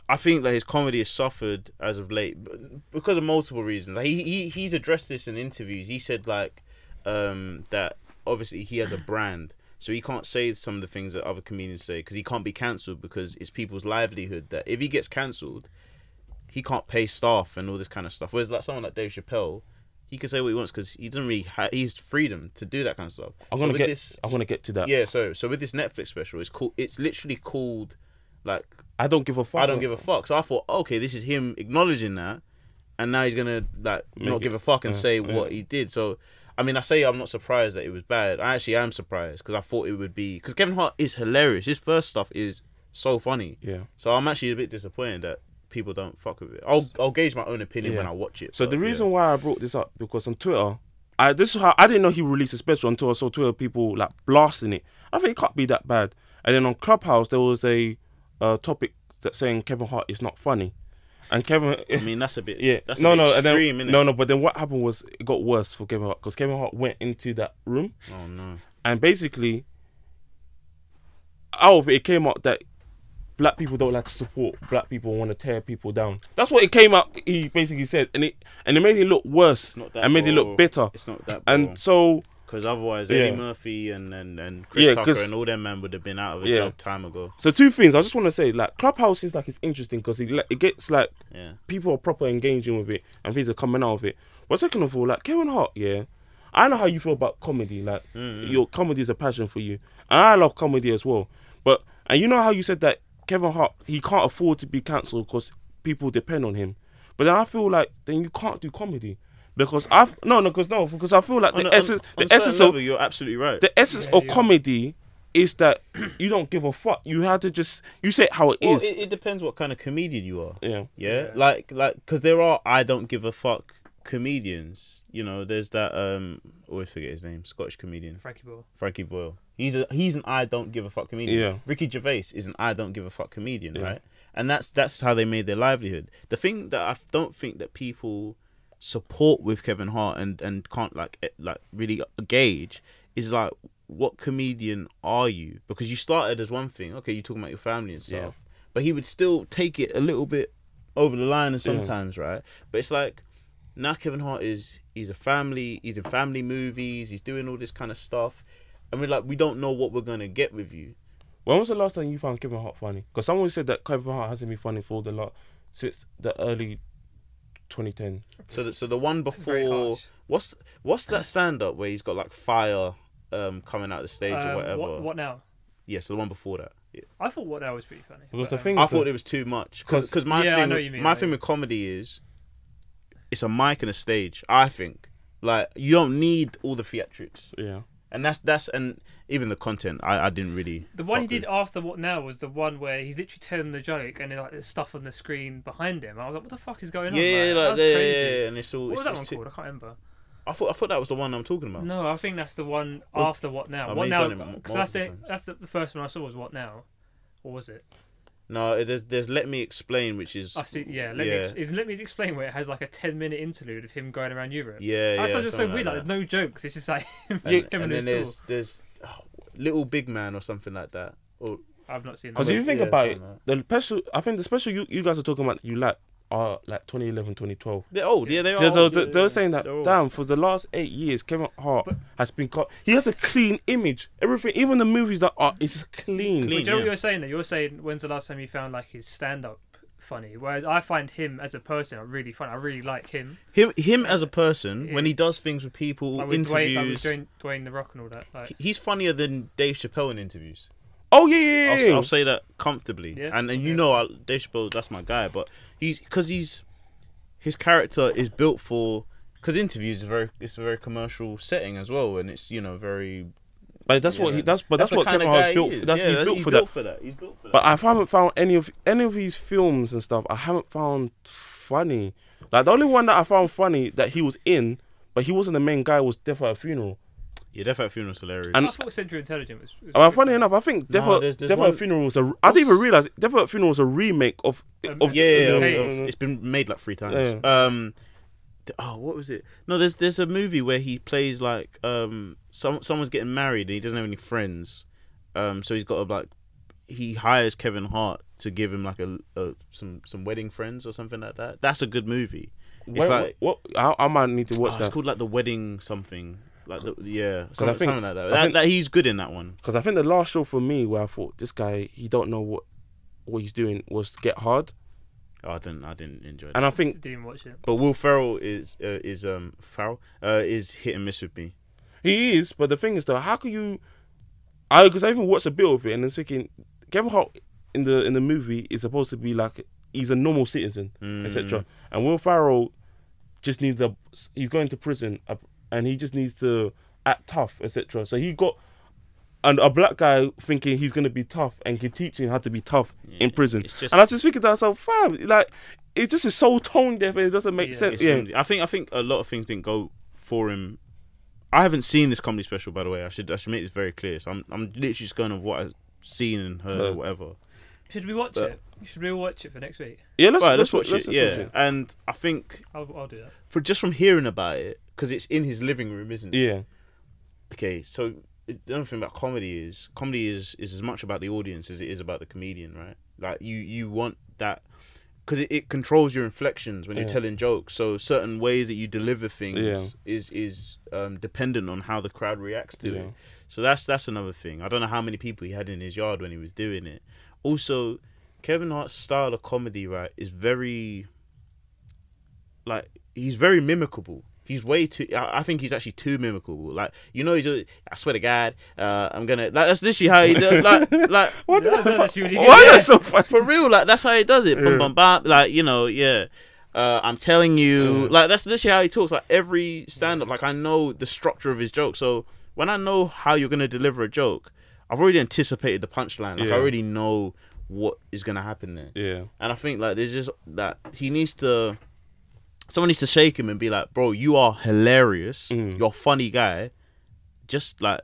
S1: I think that his comedy has suffered as of late b- because of multiple reasons. Like, he, he he's addressed this in interviews. He said like um, that obviously he has a brand, so he can't say some of the things that other comedians say because he can't be cancelled because it's people's livelihood. That if he gets cancelled, he can't pay staff and all this kind of stuff. Whereas like someone like Dave Chappelle. He can say what he wants because he doesn't really ha- he's freedom to do that kind of stuff.
S5: I'm
S1: So
S5: gonna
S1: with
S5: get.
S1: this-
S5: I want to get to that.
S1: yeah, so so with this Netflix special, it's called. It's literally called, like
S5: I don't give a fuck.
S1: I don't give a fuck. So I thought, okay, this is him acknowledging that, and now he's gonna like not
S5: it-
S1: give a fuck and
S5: yeah,
S1: say
S5: yeah.
S1: what he did. So, I mean, I say I'm not surprised that it was bad. I actually am surprised because I thought it would be because Kevin Hart is hilarious. His first stuff is so funny.
S5: Yeah.
S1: So I'm actually a bit disappointed that people don't fuck with it. I'll I'll gauge my own opinion when
S5: Yeah.
S1: I watch it.
S5: So
S1: but
S5: the
S1: yeah.
S5: reason why I brought this up because on Twitter, I this is how I didn't know he released a special until I saw Twitter people like blasting it. I think it can't be that bad. And then on Clubhouse there was a uh, topic that saying Kevin Hart is not funny, and Kevin. *laughs*
S1: I mean that's a bit
S5: Yeah,
S1: that's
S5: no,
S1: a bit
S5: no, and then,
S1: extreme, innit?
S5: no, no. But then what happened was it got worse for Kevin Hart because Kevin Hart went into that room
S1: oh no
S5: and basically, out of it, it came out that black people don't like to support black people and want to tear people down. That's what it came out. He basically said, and it and it made it look worse
S1: not that
S5: and made it
S1: raw.
S5: look bitter.
S1: It's not that
S5: And
S1: raw.
S5: so
S1: Because otherwise,
S5: Yeah.
S1: Eddie Murphy and and, and Chris
S5: Yeah,
S1: Tucker
S5: 'cause-
S1: and all them men would have been out of a
S5: Yeah.
S1: job time ago.
S5: So two things I just want to say, like Clubhouse seems like it's interesting because it, like, it gets like
S1: Yeah.
S5: people are proper engaging with it and things are coming out of it. But second of all, like Kevin Hart, yeah, I know how you feel about comedy. Like
S1: Mm-hmm.
S5: your comedy is a passion for you, and I love comedy as well. But and you know how you said that Kevin Hart he can't afford to be cancelled because people depend on him. But then I feel like then you can't do comedy because I no no because no because I feel like the
S1: On a- on-
S5: essence
S1: on a
S5: the
S1: certain
S5: essence of
S1: level, you're absolutely right.
S5: the essence
S2: Yeah,
S5: of
S2: yeah.
S5: comedy is that you don't give a fuck. You have to just you say it how it is.
S1: Well, it, it depends what kind of comedian you are.
S5: yeah.
S1: yeah,
S2: Yeah.
S1: like like because there are I don't give a fuck comedians. You know, there's that um always forget his name, Scottish comedian
S2: Frankie Ball.
S1: Frankie Boyle. He's a he's an I don't give a fuck comedian.
S5: Yeah.
S1: Ricky Gervais is an I don't give a fuck comedian, right? And that's that's how they made their livelihood. The thing that I don't think that people support with Kevin Hart and and can't like eh, like really gauge is like what comedian are you? Because you started as one thing. Okay, you're talking about your family and stuff. But he would still take it a little bit over the line and sometimes, right? But it's like now Kevin Hart is he's a family, he's in family movies, he's doing all this kind of stuff. And we're like, we don't know what we're gonna get with you.
S5: When was the last time you found Kevin Hart funny? Because someone said that Kevin Hart hasn't been funny for the lot since the early 2010.
S1: So that so the one
S2: very
S1: before
S2: harsh.
S1: what's what's that stand up where he's got like fire um coming out the stage or
S2: Um,
S1: whatever.
S2: what, what now?
S1: Yeah, so the one before that. Yeah.
S2: I thought what now was pretty funny.
S5: Because the
S2: but, um,
S5: thing
S1: I
S5: is that-
S1: thought it was too much because my
S2: Yeah, I
S1: thing
S2: know what you mean,
S1: my
S2: like-
S1: thing with comedy is it's a mic and a stage. I think like you don't need all the theatrics,
S5: yeah.
S1: and that's that's and even the content I I didn't really
S2: The one he
S1: fuck
S2: did
S1: with.
S2: after What Now was the one where he's literally telling the joke and then, like there's stuff on the screen behind him. I was like, what the fuck is going on?
S1: yeah, yeah,
S2: That
S1: like
S2: was
S1: yeah, yeah,
S2: crazy.
S1: yeah, and it's all.
S2: What
S1: it's,
S2: was that
S1: it's
S2: one
S1: too-
S2: called? I can't remember.
S1: I thought I thought that was the one I'm talking about.
S2: No, I think that's the one after What Now.
S1: Oh,
S2: what
S1: he's
S2: Now?
S1: done it
S2: Because that's the
S1: multiple times.
S2: that's the the first one I saw was What Now, or was it?
S1: No, it- there's there's let me explain, which is
S2: I see. Yeah, let me
S1: yeah.
S2: ex- is, let me explain where it has like a ten minute interlude of him going around Europe.
S1: Yeah,
S2: that's
S1: yeah,
S2: just so
S1: something
S2: weird.
S1: like
S2: Like, there's no jokes. It's just like *laughs* him
S1: and,
S2: him
S1: and then
S2: and his
S1: there's
S2: tour.
S1: there's oh, little big man or something like that. Or
S2: I've not seen
S5: Because
S2: that.
S5: if you think
S1: yeah,
S5: about it,
S1: something
S5: the special, I think the special you, you guys are talking about, you like, are like 2011, 2012.
S1: they're old. Yeah, they are.
S5: They're,
S1: old,
S5: they're-
S1: Oh, yeah,
S5: they're
S1: yeah.
S5: saying that
S1: They're old.
S5: damn for the last eight years, Kevin Hart has been cut. He has a clean image. Everything, even the movies that are, it's clean.
S1: Clean.
S2: Do you know what
S1: yeah.
S2: you're saying? That you're saying when's the last time you found like his stand up funny? Whereas I find him as a person, I'm really funny. I really like him.
S1: him him as a person when he does things with people,
S2: Like with Dwayne, like with
S1: interviews.
S2: Dwayne, Dwayne the Rock and all that. Like,
S1: He's funnier than Dave Chappelle in interviews.
S5: Oh yeah, yeah, yeah.
S1: I'll,
S5: yeah.
S1: I'll say that comfortably.
S2: Yeah.
S1: And and you
S2: Yeah.
S1: know, I, Dave Chappelle, that's my guy. But he's because he's his character is built for because interviews is very it's a very commercial setting as well, and it's you know very.
S5: but that's
S1: you
S5: what he,
S1: know,
S5: that's but that's,
S1: the
S5: what
S1: kind
S5: Kevin
S1: of
S5: Hart's
S1: guy
S5: built.
S1: he
S5: For.
S1: is.
S5: That's
S1: Yeah,
S5: he's
S1: that-
S5: built
S1: he's
S5: for that.
S1: built for that. He's built for that.
S5: But I haven't found any of any of his films and stuff. I haven't found funny. Like the only one that I found funny that he was in, but he wasn't the main guy was Death at a Funeral.
S1: yeah, Death at Funeral's hilarious.
S5: And-
S2: I thought Central Intelligent was. was
S1: Oh,
S5: I mean,
S2: good.
S5: funny enough, I think Death,
S1: No,
S5: at,
S1: there's- there's
S5: Death at a
S1: one-
S5: Funeral was a. I didn't even realize Death at a Funeral was a remake of.
S2: Um,
S5: of
S1: yeah, yeah,
S2: the
S1: yeah,
S2: cave.
S1: of- it's been made like three times. Um, th- oh, what was it? No, there's there's a movie where he plays like um some someone's getting married and he doesn't have any friends, um so he's got to like he hires Kevin Hart to give him like a, a some some wedding friends or something like that. That's a good movie. It's
S5: Wait,
S1: like
S5: what? I, I might need to watch
S1: oh, it's
S5: that.
S1: called like the wedding something. Like the, yeah, some,
S5: I think-
S1: something like that.
S5: I
S1: That,
S5: think-
S1: that he's good in that one.
S5: Because I think the last show for me where I thought this guy he don't know what what he's doing was Get Hard,
S1: Oh, I didn't I didn't enjoy that.
S5: and I think
S2: Didn't even watch it.
S1: But Will Ferrell is uh, is um Farrell uh, is hit and miss with me.
S5: He is, but the thing is though, how can you? I because I even watched a bit of it and I was thinking Kevin Hart in the in the movie is supposed to be like he's a normal citizen,
S1: Mm.
S5: etc. And Will Farrell just needs a he's going to prison uh, and he just needs to act tough, etc. So he got and a black guy thinking he's gonna be tough and can teach him how to be tough in prison.
S1: it's just-
S5: and I was just thinking to myself, fam, like it just is so tone deaf and it doesn't make
S2: Yeah.
S5: sense.
S1: It's
S5: Yeah,
S1: flimsy. I think I think a lot of things didn't go for him. I haven't seen this comedy special, by the way. I should I should make this very clear. So I'm I'm literally just going on what I've seen and heard or
S5: Heard.
S1: whatever.
S2: Should we watch it? Should we watch it for next week?
S5: yeah. Let's,
S1: Right, let's, watch
S5: let's-
S1: it.
S5: let's
S1: yeah, and I think
S2: I'll, I'll do that.
S1: for just from hearing about it, because it's in his living room, isn't it?
S5: yeah.
S1: Okay, so the only thing about comedy is comedy is is as much about the audience as it is about the comedian, right? Like you you want that because it, it controls your inflections when you're
S5: Yeah.
S1: telling jokes. So certain ways that you deliver things
S5: Yeah.
S1: is is um, dependent on how the crowd reacts to
S5: Yeah.
S1: it. So that's that's another thing. I don't know how many people he had in his yard when he was doing it. Also, Kevin Hart's style of comedy, right, is very like he's very mimicable. He's way too. I I think he's actually too mimicable. Like you know, he's. A, I swear to God, uh, I'm gonna. Like that's literally how he does. Like, like
S5: What the
S2: Yeah,
S5: fuck?
S2: that's actually really good.
S5: Why
S2: Yeah.
S5: are you so
S1: *laughs*
S5: funny?
S1: for real. Like that's how he does it. Bum bum bum. Like you know, yeah. Uh, I'm telling you, like that's literally how he talks. Like every stand up, like I know the structure of his joke. So when I know how you're gonna deliver a joke, I've already anticipated the punchline. Like
S5: Yeah.
S1: I already know what is gonna happen there.
S5: Yeah.
S1: And I think like there's just that he needs to someone needs to shake him and be like, bro, you are hilarious.
S5: Mm.
S1: You're a funny guy. Just like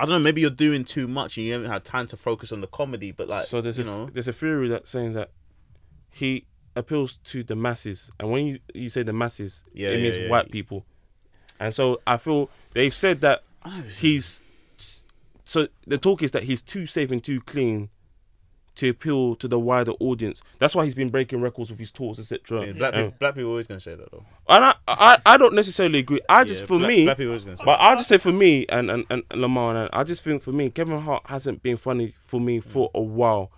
S1: I don't know, maybe you're doing too much and you haven't had time to focus on the comedy, but like
S5: so there's
S1: you
S5: a
S1: know
S5: there's a theory that saying that he appeals to the masses, and when you you say the masses,
S1: Yeah,
S5: it
S1: yeah,
S5: means
S1: yeah.
S5: white people, and so I feel they've said that he's so the talk is that he's too safe and too clean to appeal to the wider audience. That's why he's been breaking records with his tours, etc.
S1: yeah, black,
S5: And-
S1: people, black people always gonna say that though.
S5: and I, I I don't necessarily agree. I just
S1: Yeah,
S5: for
S1: black,
S5: me,
S1: black people always gonna say
S5: but I just say for me and and, and Lamar, and I just think for me, Kevin Hart hasn't been funny for me for a while,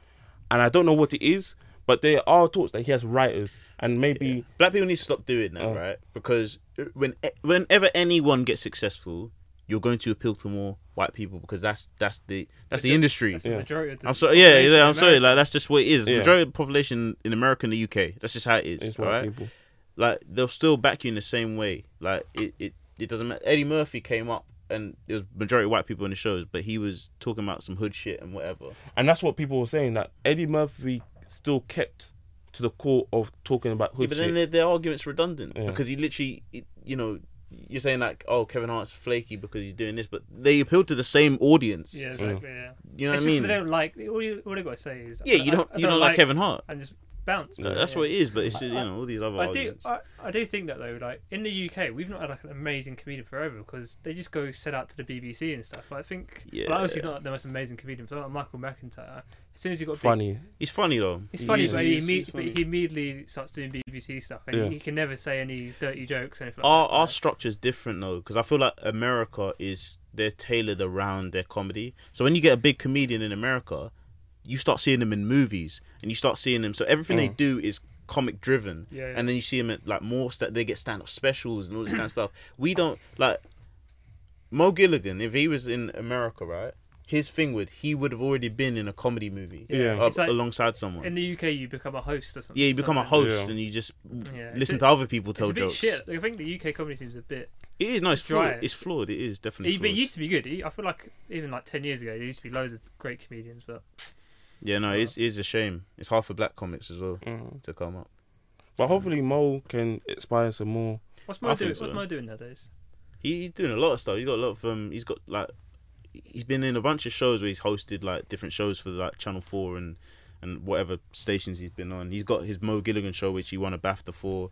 S5: and I don't know what it is. But there are talks that he has writers, and maybe
S1: that. Black people need to stop doing
S5: Oh.
S1: that, right? Because uh, when eh, whenever anyone gets successful, you're going to appeal to more white people because that's that's the that's the industry.
S2: That's the majority of the
S1: I'm sorry. Yeah,
S2: population
S1: yeah.
S2: in
S1: I'm sorry.
S2: America.
S1: Like that's just what it is. The
S5: Yeah.
S1: Majority of the population in America and the UK. That's just how it is.
S5: it's
S1: all
S5: white
S1: right.
S5: people.
S1: Like they'll still back you in the same way. Like it, it, it doesn't matter. Eddie Murphy came up and it was majority white people in the shows, but he was talking about some hood shit and whatever.
S5: And that's what people were saying that Eddie Murphy still kept to the core of talking about hood
S1: but
S5: shit.
S1: then their, their argument's redundant
S5: Yeah.
S1: because he literally, it- you know, you're saying like, oh, Kevin Hart's flaky because he's doing this, but they appeal to the same audience.
S2: Yeah, exactly. Yeah.
S1: You know what
S2: It's
S1: I
S2: just
S1: mean?
S2: they don't like. All you, all they got to say is.
S1: yeah,
S2: I-
S1: you don't,
S2: I- I
S1: you don't like, Kevin Hart.
S2: And just bounce.
S1: Like, that's what it is. But it's just you know all these other
S2: I uh, do,
S1: arguments.
S2: I, I do think that though, like in the UK, we've not had like an amazing comedian forever because they just go set out to the BBC and stuff. Like, I think, yeah. like, obviously he's not the most amazing comedian, but like Michael McIntyre, as soon as he got big-
S5: Funny.
S1: He's funny though.
S2: It's funny,
S1: He's-
S2: but, he
S7: he's-
S2: imme-
S7: he's funny.
S2: but he immediately starts doing BBC stuff, and
S5: Yeah.
S2: he, he can never say any dirty jokes or anything. Like
S1: our
S2: that,
S1: our
S2: right?
S1: structure's different though because I feel like America is they're tailored around their comedy. So when you get a big comedian in America, you start seeing them in movies and you start seeing them. So everything they do is comic driven,
S2: Mm. Yeah, yeah.
S1: and then you see them at like more. St- they get stand up specials and all this kind of stuff. We don't like Mo Gilligan if he was in America, right? His thing would he would have already been in a comedy movie,
S5: Yeah.
S1: up-
S2: It's like-
S1: alongside someone.
S2: in the UK, you become a host or something.
S1: yeah, you become a
S2: something.
S1: host
S5: Yeah.
S1: and you just
S2: Yeah,
S1: listen
S2: it's
S1: to
S2: a-
S1: other people
S2: It's
S1: tell
S2: a bit
S1: jokes.
S2: shit. Like, I think the UK comedy seems a bit.
S1: It is no, it's
S2: Dry.
S1: flawed. It's flawed. It is definitely.
S2: It, but it
S1: flawed.
S2: used to be good. I feel like even like ten years ago, there used to be loads of great comedians, but
S1: Yeah, no, it's it's a shame. It's half for black comics as well to come up.
S5: But hopefully Mo can inspire some more.
S2: what's
S1: I
S2: Mo doing?
S1: think so.
S2: What's Mo doing nowadays?
S1: He, he's doing a lot of stuff. He's got a lot of um. He's got like, he's been in a bunch of shows where he's hosted like different shows for like Channel Four and and whatever stations he's been on. He's got his Mo Gilligan show which he won a BAFTA for.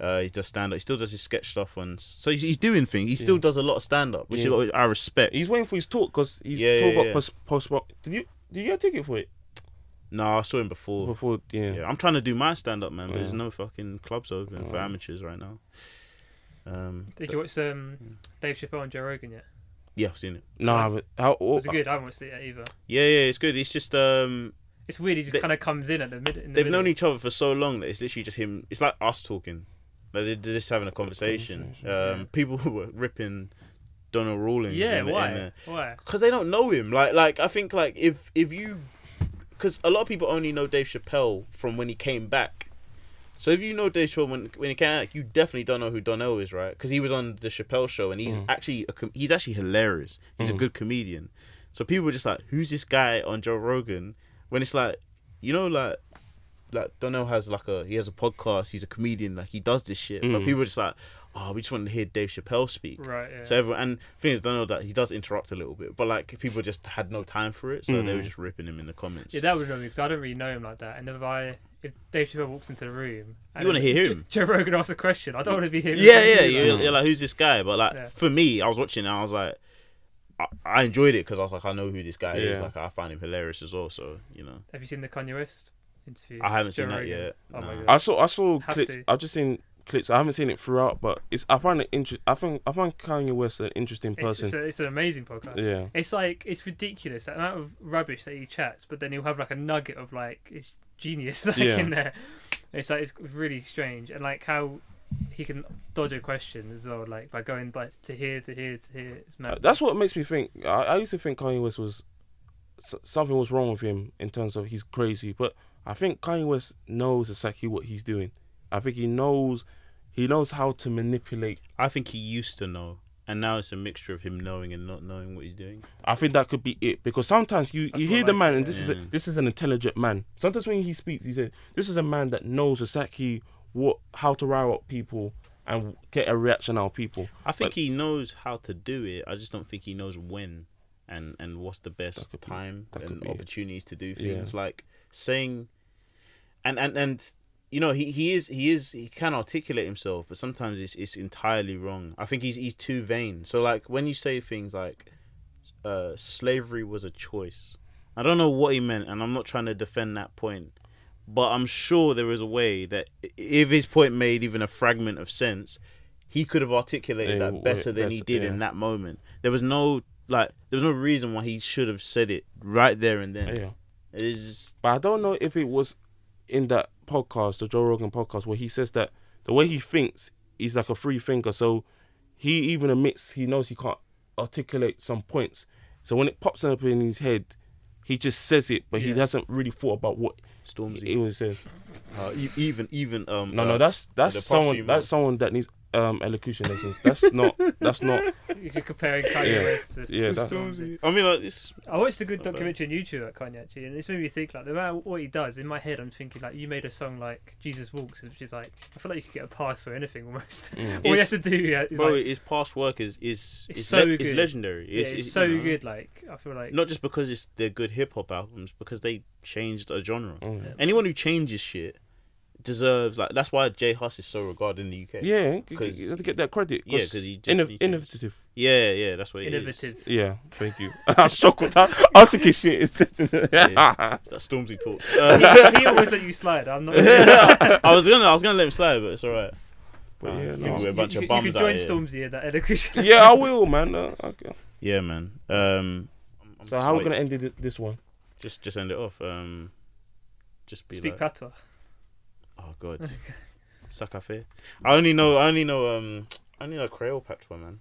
S1: Uh, he does stand up. He still does his sketch stuff on. So he's, he's doing things. He still does a lot of stand up, which is
S5: Yeah.
S1: what I respect.
S5: He's waiting for his talk because he's
S1: Yeah,
S5: talk
S1: yeah,
S5: about
S1: yeah.
S5: pos- postpone. Did you did you get a ticket for it
S1: no, I saw him before.
S5: before? Yeah.
S1: Yeah, I'm trying to do my stand up, man, but there's no fucking clubs open for amateurs right now. Um,
S2: Did you watch um, Dave Chappelle and Joe Rogan yet?
S1: yeah, I've seen it.
S5: Nah, but how?
S2: Was it
S1: Uh,
S2: good? I haven't watched it yet either.
S1: Yeah, yeah, it's good. It's just um,
S2: It's weird. He just
S1: They-
S2: kind of comes in at the mid. In
S1: they've
S2: the middle.
S1: known each other for so long that it's literally just him. It's like us talking. Like they're they're just having a conversation. Um, people *laughs* were ripping Donald Rawlings.
S2: Yeah,
S1: in the- in
S2: why?
S1: the-
S2: Why?
S1: because they don't know him. Like, like I think like if if you, because a lot of people only know Dave Chappelle from when he came back. So if you know Dave Chappelle when when he came back, you definitely don't know who Donnell is, right? Because he was on the Chappelle show and he's actually a com- he's actually hilarious. He's a good comedian. So people were just like, who's this guy on Joe Rogan? When it's like, you know, like. Like Donnell has like a he has a podcast. He's a comedian. Like he does this shit, but people were just like, "Oh, we just want to hear Dave Chappelle speak."
S2: Right, yeah.
S1: So everyone and things don't know that he does interrupt a little bit, but like people just had no time for it, so they were just ripping him in the comments.
S2: Yeah, that would annoy me because I don't really know him like that. And if I, if Dave Chappelle walks into the room, and
S1: You wanna
S2: then
S1: hear
S2: Jo-
S1: him.
S2: Joe Rogan asks a question. I don't want to be hearing.
S1: yeah,
S2: him
S1: yeah,
S2: do that.
S1: You're, you're like, who's this guy? But like
S2: Yeah.
S1: for me, I was watching and I was like, I, I enjoyed it because I was like, I know who this guy is.
S5: Yeah.
S1: Like I find him hilarious as well. So you know,
S2: Have you seen the Kanye West interview.
S1: I haven't seen
S2: Joe
S1: that
S2: Rogan.
S1: yet,
S2: Oh my
S1: no.
S2: god.
S5: I saw I saw
S2: Have
S5: clips.
S2: to.
S5: I've just seen clips. I haven't seen it throughout, but it's I find it interest. I think I find Kanye West an interesting
S2: It's,
S5: person.
S2: it's, a, it's an amazing podcast.
S5: Yeah.
S2: It's like it's ridiculous the amount of rubbish that he chats, but then he'll have like a nugget of like it's genius *laughs* like
S5: Yeah.
S2: in there. It's like it's really strange and like how he can dodge a question as well, like by going by to here to here to here. It's
S5: Uh,
S2: mad.
S5: That's what makes me think. I, I used to think Kanye West was s- something was wrong with him in terms of he's crazy, but I think Kanye West knows exactly what he's doing. I think he knows he knows how to manipulate.
S1: I think he used to know, and now it's a mixture of him knowing and not knowing what he's doing.
S5: I think that could be it because sometimes you, you
S2: what
S5: hear the
S2: I
S5: man and this is a,
S1: Yeah.
S5: this is an intelligent man. Sometimes when he speaks, he says this is a man that knows exactly what how to rile up people and get a reaction out of people.
S1: I think he knows how to do it. I just don't think he knows when and and what's the best
S5: could be-
S1: time
S5: that could
S1: and
S5: be it.
S1: opportunities to do
S5: Yeah.
S1: things like saying and and and you know he, he is he is he can articulate himself but sometimes it's it's entirely wrong i think he's he's too vain so like when you say things like uh slavery was a choice i don't know what he meant and i'm not trying to defend that point but i'm sure there is a way that i- if his point made even a fragment of sense he could have articulated
S5: Yeah,
S1: that
S5: w-
S1: better than he
S5: better,
S1: did
S5: yeah.
S1: in that moment there was no like there was no reason why he should have said it right there and then
S5: Yeah.
S1: it is just,
S5: But I don't know if it was in that podcast, the Joe Rogan podcast, where he says that the way he thinks he's like a free thinker. So he even admits he knows he can't articulate some points. So when it pops up in his head, he just says it, but he hasn't really thought about what
S1: Stormzy.
S5: it was. Says.
S1: Uh, e- even even um
S5: No,
S1: uh,
S5: no, that's that's
S1: the past few
S5: someone that's
S1: months.
S5: someone that needs um elocution lessons. That's not that's
S1: *laughs*
S5: not
S2: You're comparing Kanye
S5: Yeah.
S2: West to *laughs*
S5: Yeah,
S2: to
S5: that's-
S2: Stormzy.
S1: I mean, like this.
S2: I watched a good documentary on YouTube about Kanye actually, and it's made me think like no matter what he does, in my head I'm thinking like you made a song like Jesus Walks, which is like I feel like you could get a pass for anything *laughs* almost.
S5: Mm.
S2: All you have
S1: It's-
S2: to do yeah, is
S1: Bro,
S2: like,
S1: his past work is is
S2: It's
S1: is,
S2: so
S1: le- is
S2: good.
S1: legendary.
S2: yeah, it's,
S1: it-
S2: so
S1: you know,
S2: good. Like I feel like
S1: Not just because it's they're good hip hop albums, because they changed a genre. Anyone who changes shit deserves like that's why Jay Huss is so regarded in the UK.
S5: yeah. You
S1: 'Cause-
S5: have to get that credit.
S1: Yeah,
S5: 'cause
S1: 'cause he
S5: inno-
S1: definitely changed.
S5: innovative.
S1: yeah, yeah. That's what it is. *laughs*
S2: innovative.
S5: Yeah, thank you. *laughs* I struggled. I, I was thinking shit. *laughs*
S1: It's that Stormzy talk.
S2: *laughs* he, he always let you slide. I'm not. you,
S1: Uh, *laughs* I was gonna I was gonna let him slide, but it's alright.
S5: But
S1: Uh,
S5: yeah,
S1: I
S5: no.
S1: think *laughs* we're a bunch of
S2: you, could- you
S1: bums
S2: could
S1: out
S2: join
S1: here.
S2: Stormzy in
S1: *laughs*
S2: that elocution.
S5: yeah, I will, man. Uh, okay.
S1: Yeah, man. Um, I'm- I'm
S5: So how are we
S1: just-
S5: gonna end it, this one?
S1: just just end it off? Um, just be
S2: *laughs* Speak
S1: like,
S2: patois.
S1: Oh
S2: *laughs*
S1: god. Suck off here. I only know I only know um I only know Creole patois man.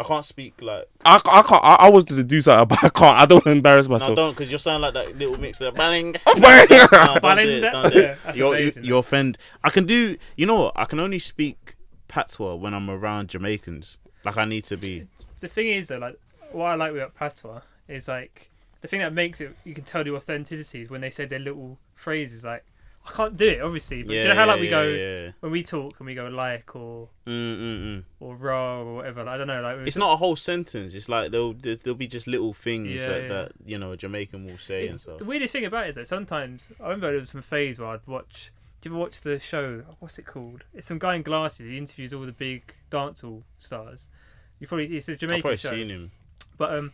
S1: I can't speak like
S5: I, ca- I can't. I, I was to do something, but I can't. I don't want to embarrass
S1: no
S5: myself.
S1: don't because you sound like that little mix of baling.
S2: *laughs*
S5: *laughs*
S2: Balinga. Yeah, that's
S1: you, you,
S2: amazing.
S1: you offend. I can do. You know what? I can only speak patois when I'm around Jamaicans. Like I need to be.
S2: The thing is though, like what I like about patois is like the thing that makes it you can tell the authenticity is when they say their little phrases like I can't do it obviously, but
S1: Yeah,
S2: do you know how like
S1: yeah,
S2: we
S1: yeah,
S2: go
S1: yeah.
S2: when we talk and we go like or
S1: Mm, mm, mm.
S2: or raw or whatever. like, I don't know. Like
S1: It's not a whole sentence. It's like there'll there'll be just little things
S2: Yeah,
S1: that,
S2: yeah.
S1: that you know a Jamaican will say and stuff.
S2: The weirdest thing about it is though, sometimes I remember there was some phase where I'd watch. Do you ever watch the show? What's it called? It's some guy in glasses. He interviews all the big dancehall stars. You probably it's a
S1: I've
S2: Jamaican
S1: probably
S2: show,
S1: seen him.
S2: but um,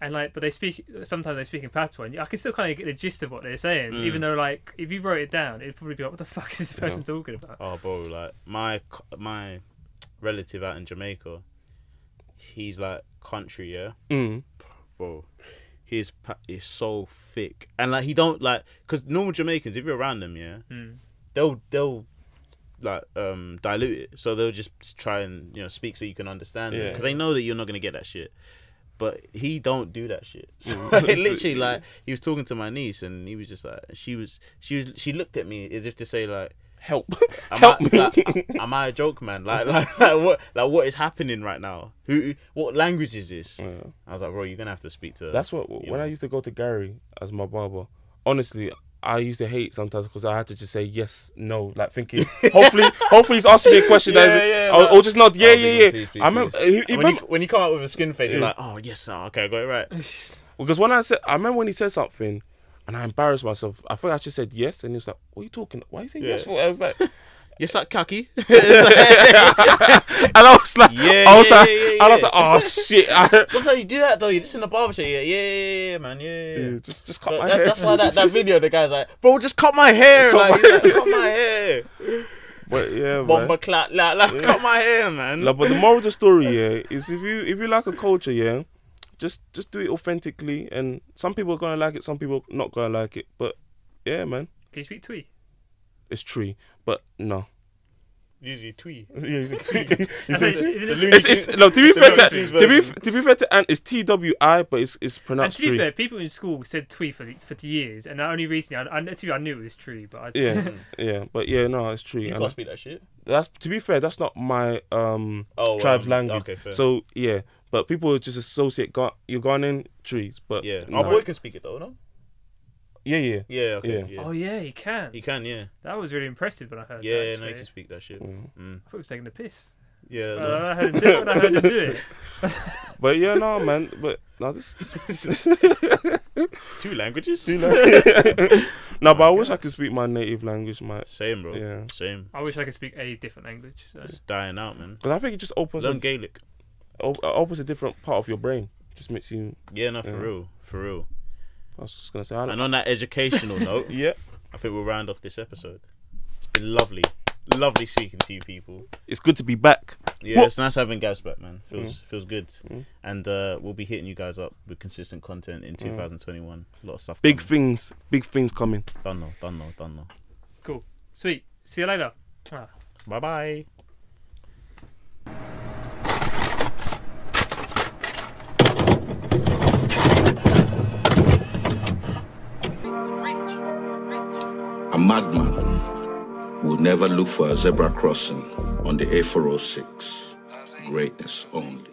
S2: and like, but they speak. Sometimes they speak in patois. And I can still kind of get the gist of what they're saying, even though like if you wrote it down, it'd probably be like, what the fuck is this person talking about?
S1: Oh, bro, like my c- my relative out in Jamaica, he's like country, yeah,
S5: Mm.
S1: bro. His pa- is so thick, and like he don't like because normal Jamaicans, if you're around them, yeah,
S5: Mm.
S1: they'll they'll like um dilute it, so they'll just s- try and you know speak so you can understand
S5: Yeah.
S1: because they know that you're not gonna get that shit. But he don't do that shit. *laughs* So
S5: Mm.
S1: like,
S5: *laughs*
S1: literally, like he was talking to my niece, and he was just like, she was, she was, she looked at me as if to say like,
S5: Help.
S1: Am
S5: Help
S1: I,
S5: me. *laughs*
S1: Like, am I a joke, man? Like, *laughs* like, like what? Like, what is happening right now? Who? What language is this? I was like, bro, you're gonna have to speak to.
S5: That's what when I used to go to Gary as my barber. Honestly, I used to hate sometimes because I had to just say yes, no,
S1: *laughs*
S5: like thinking. hopefully, hopefully he's asking me a question. that
S1: Yeah,
S5: is,
S1: yeah,
S5: or,
S1: that-
S5: or just not. Yeah,
S1: Oh,
S5: yeah, yeah.
S1: please, please,
S5: I remember.
S1: please.
S5: he- he
S1: And when,
S5: remember-
S1: you, when you come out with a skin fade, you're like, oh yes, oh, okay, I got it right.
S5: *laughs* Because when I said, I remember when he said something, and I embarrassed myself. I think I just said yes, and he was like, "What are you talking? Why are you saying yes for?" I was
S1: *laughs*
S5: like, and
S1: Yes, that khaki. *laughs*
S5: I was like,
S1: Yeah,
S5: I was
S1: yeah, yeah,
S5: like,
S1: yeah, shit.
S5: I was
S1: yeah.
S5: like, oh shit. I,
S1: Sometimes you do that though. You're just in the barber shop. Yeah, yeah, yeah, yeah, man. Yeah, yeah, *laughs* yeah.
S5: Yeah, *laughs* just, just cut
S1: But
S5: my
S1: that's,
S5: hair.
S1: that's why
S5: *laughs*
S1: that, that video, the guy's like, bro, just cut my hair. like,
S5: Cut my-
S1: he's like, cut my hair.
S5: *laughs* But yeah, man.
S1: Bomber clap, like, like, cut my hair, man.
S5: Like, but the moral of the story, yeah, is if you if you like a culture, yeah, just just do it authentically. And some people are gonna like it, some people not gonna like it. But yeah, man,
S2: Can you speak Twee?
S5: it's tree. But
S1: *laughs*
S5: no,
S1: Usually
S5: *laughs*
S1: twee.
S2: I think it's- it is-
S1: Looney
S5: it's, it's no. To be
S1: It's
S5: fair,
S1: the
S5: to,
S1: Looney Tunes
S5: to be
S1: version.
S5: f- to be fair to Ant, it's T W I, but it's it's
S2: And
S5: pronounced
S2: to be
S5: tree.
S2: fair, people in school said Twee for the- for the years, and I only recently, I, I, to be, I knew it was true, but I just, *laughs*
S5: Yeah, yeah, but yeah, no, it's tree.
S1: You
S5: And
S1: can't speak that shit.
S5: that's to be fair, that's not my um
S1: Oh,
S5: tribe's
S1: um,
S5: language.
S1: okay, fair.
S5: So yeah, but people just associate Ga- Ugandan trees. But
S1: Yeah,
S5: no.
S1: our boy can speak it though, no?
S5: yeah, yeah.
S1: Yeah, okay, yeah.
S5: Yeah.
S2: oh yeah, he can.
S1: He can, yeah.
S2: That was really impressive when I heard
S1: Yeah, yeah,
S2: that.
S1: no,
S2: actually.
S1: he can speak that shit. Mm.
S2: I thought he was taking the piss.
S1: Yeah,
S2: Uh,
S1: so-
S2: I heard him do it. when I heard him do it.
S5: But yeah, no, man. But no, this, this
S1: two languages.
S5: *laughs* no. But I wish I could speak my native language, man.
S1: Same, bro.
S5: Yeah.
S1: Same.
S2: I wish I could speak a different language. So.
S1: It's dying out, man.
S5: Because I think it just opens
S1: Learn
S5: a,
S1: Gaelic.
S5: op- opens a different part of your brain. Just makes you.
S1: Yeah, no, for
S5: Yeah.
S1: real, for real.
S5: I was just gonna say. I don't,
S1: And on that educational note,
S5: *laughs* yeah,
S1: I think we'll round off this episode. It's been lovely, lovely speaking to you people.
S5: it's good to be back.
S1: Yeah,
S5: What- Mm.
S1: it's nice having Gabs back, man. Feels feels good. And uh, we'll be hitting you guys up with consistent content in 2021. A lot of stuff.
S5: Mm. Big
S1: coming.
S5: things, big things coming.
S1: done now, done now, done now.
S2: Cool. Sweet. See you later. Ah.
S1: Bye bye.
S4: A madman would never look for a zebra crossing on the A406. Greatness only.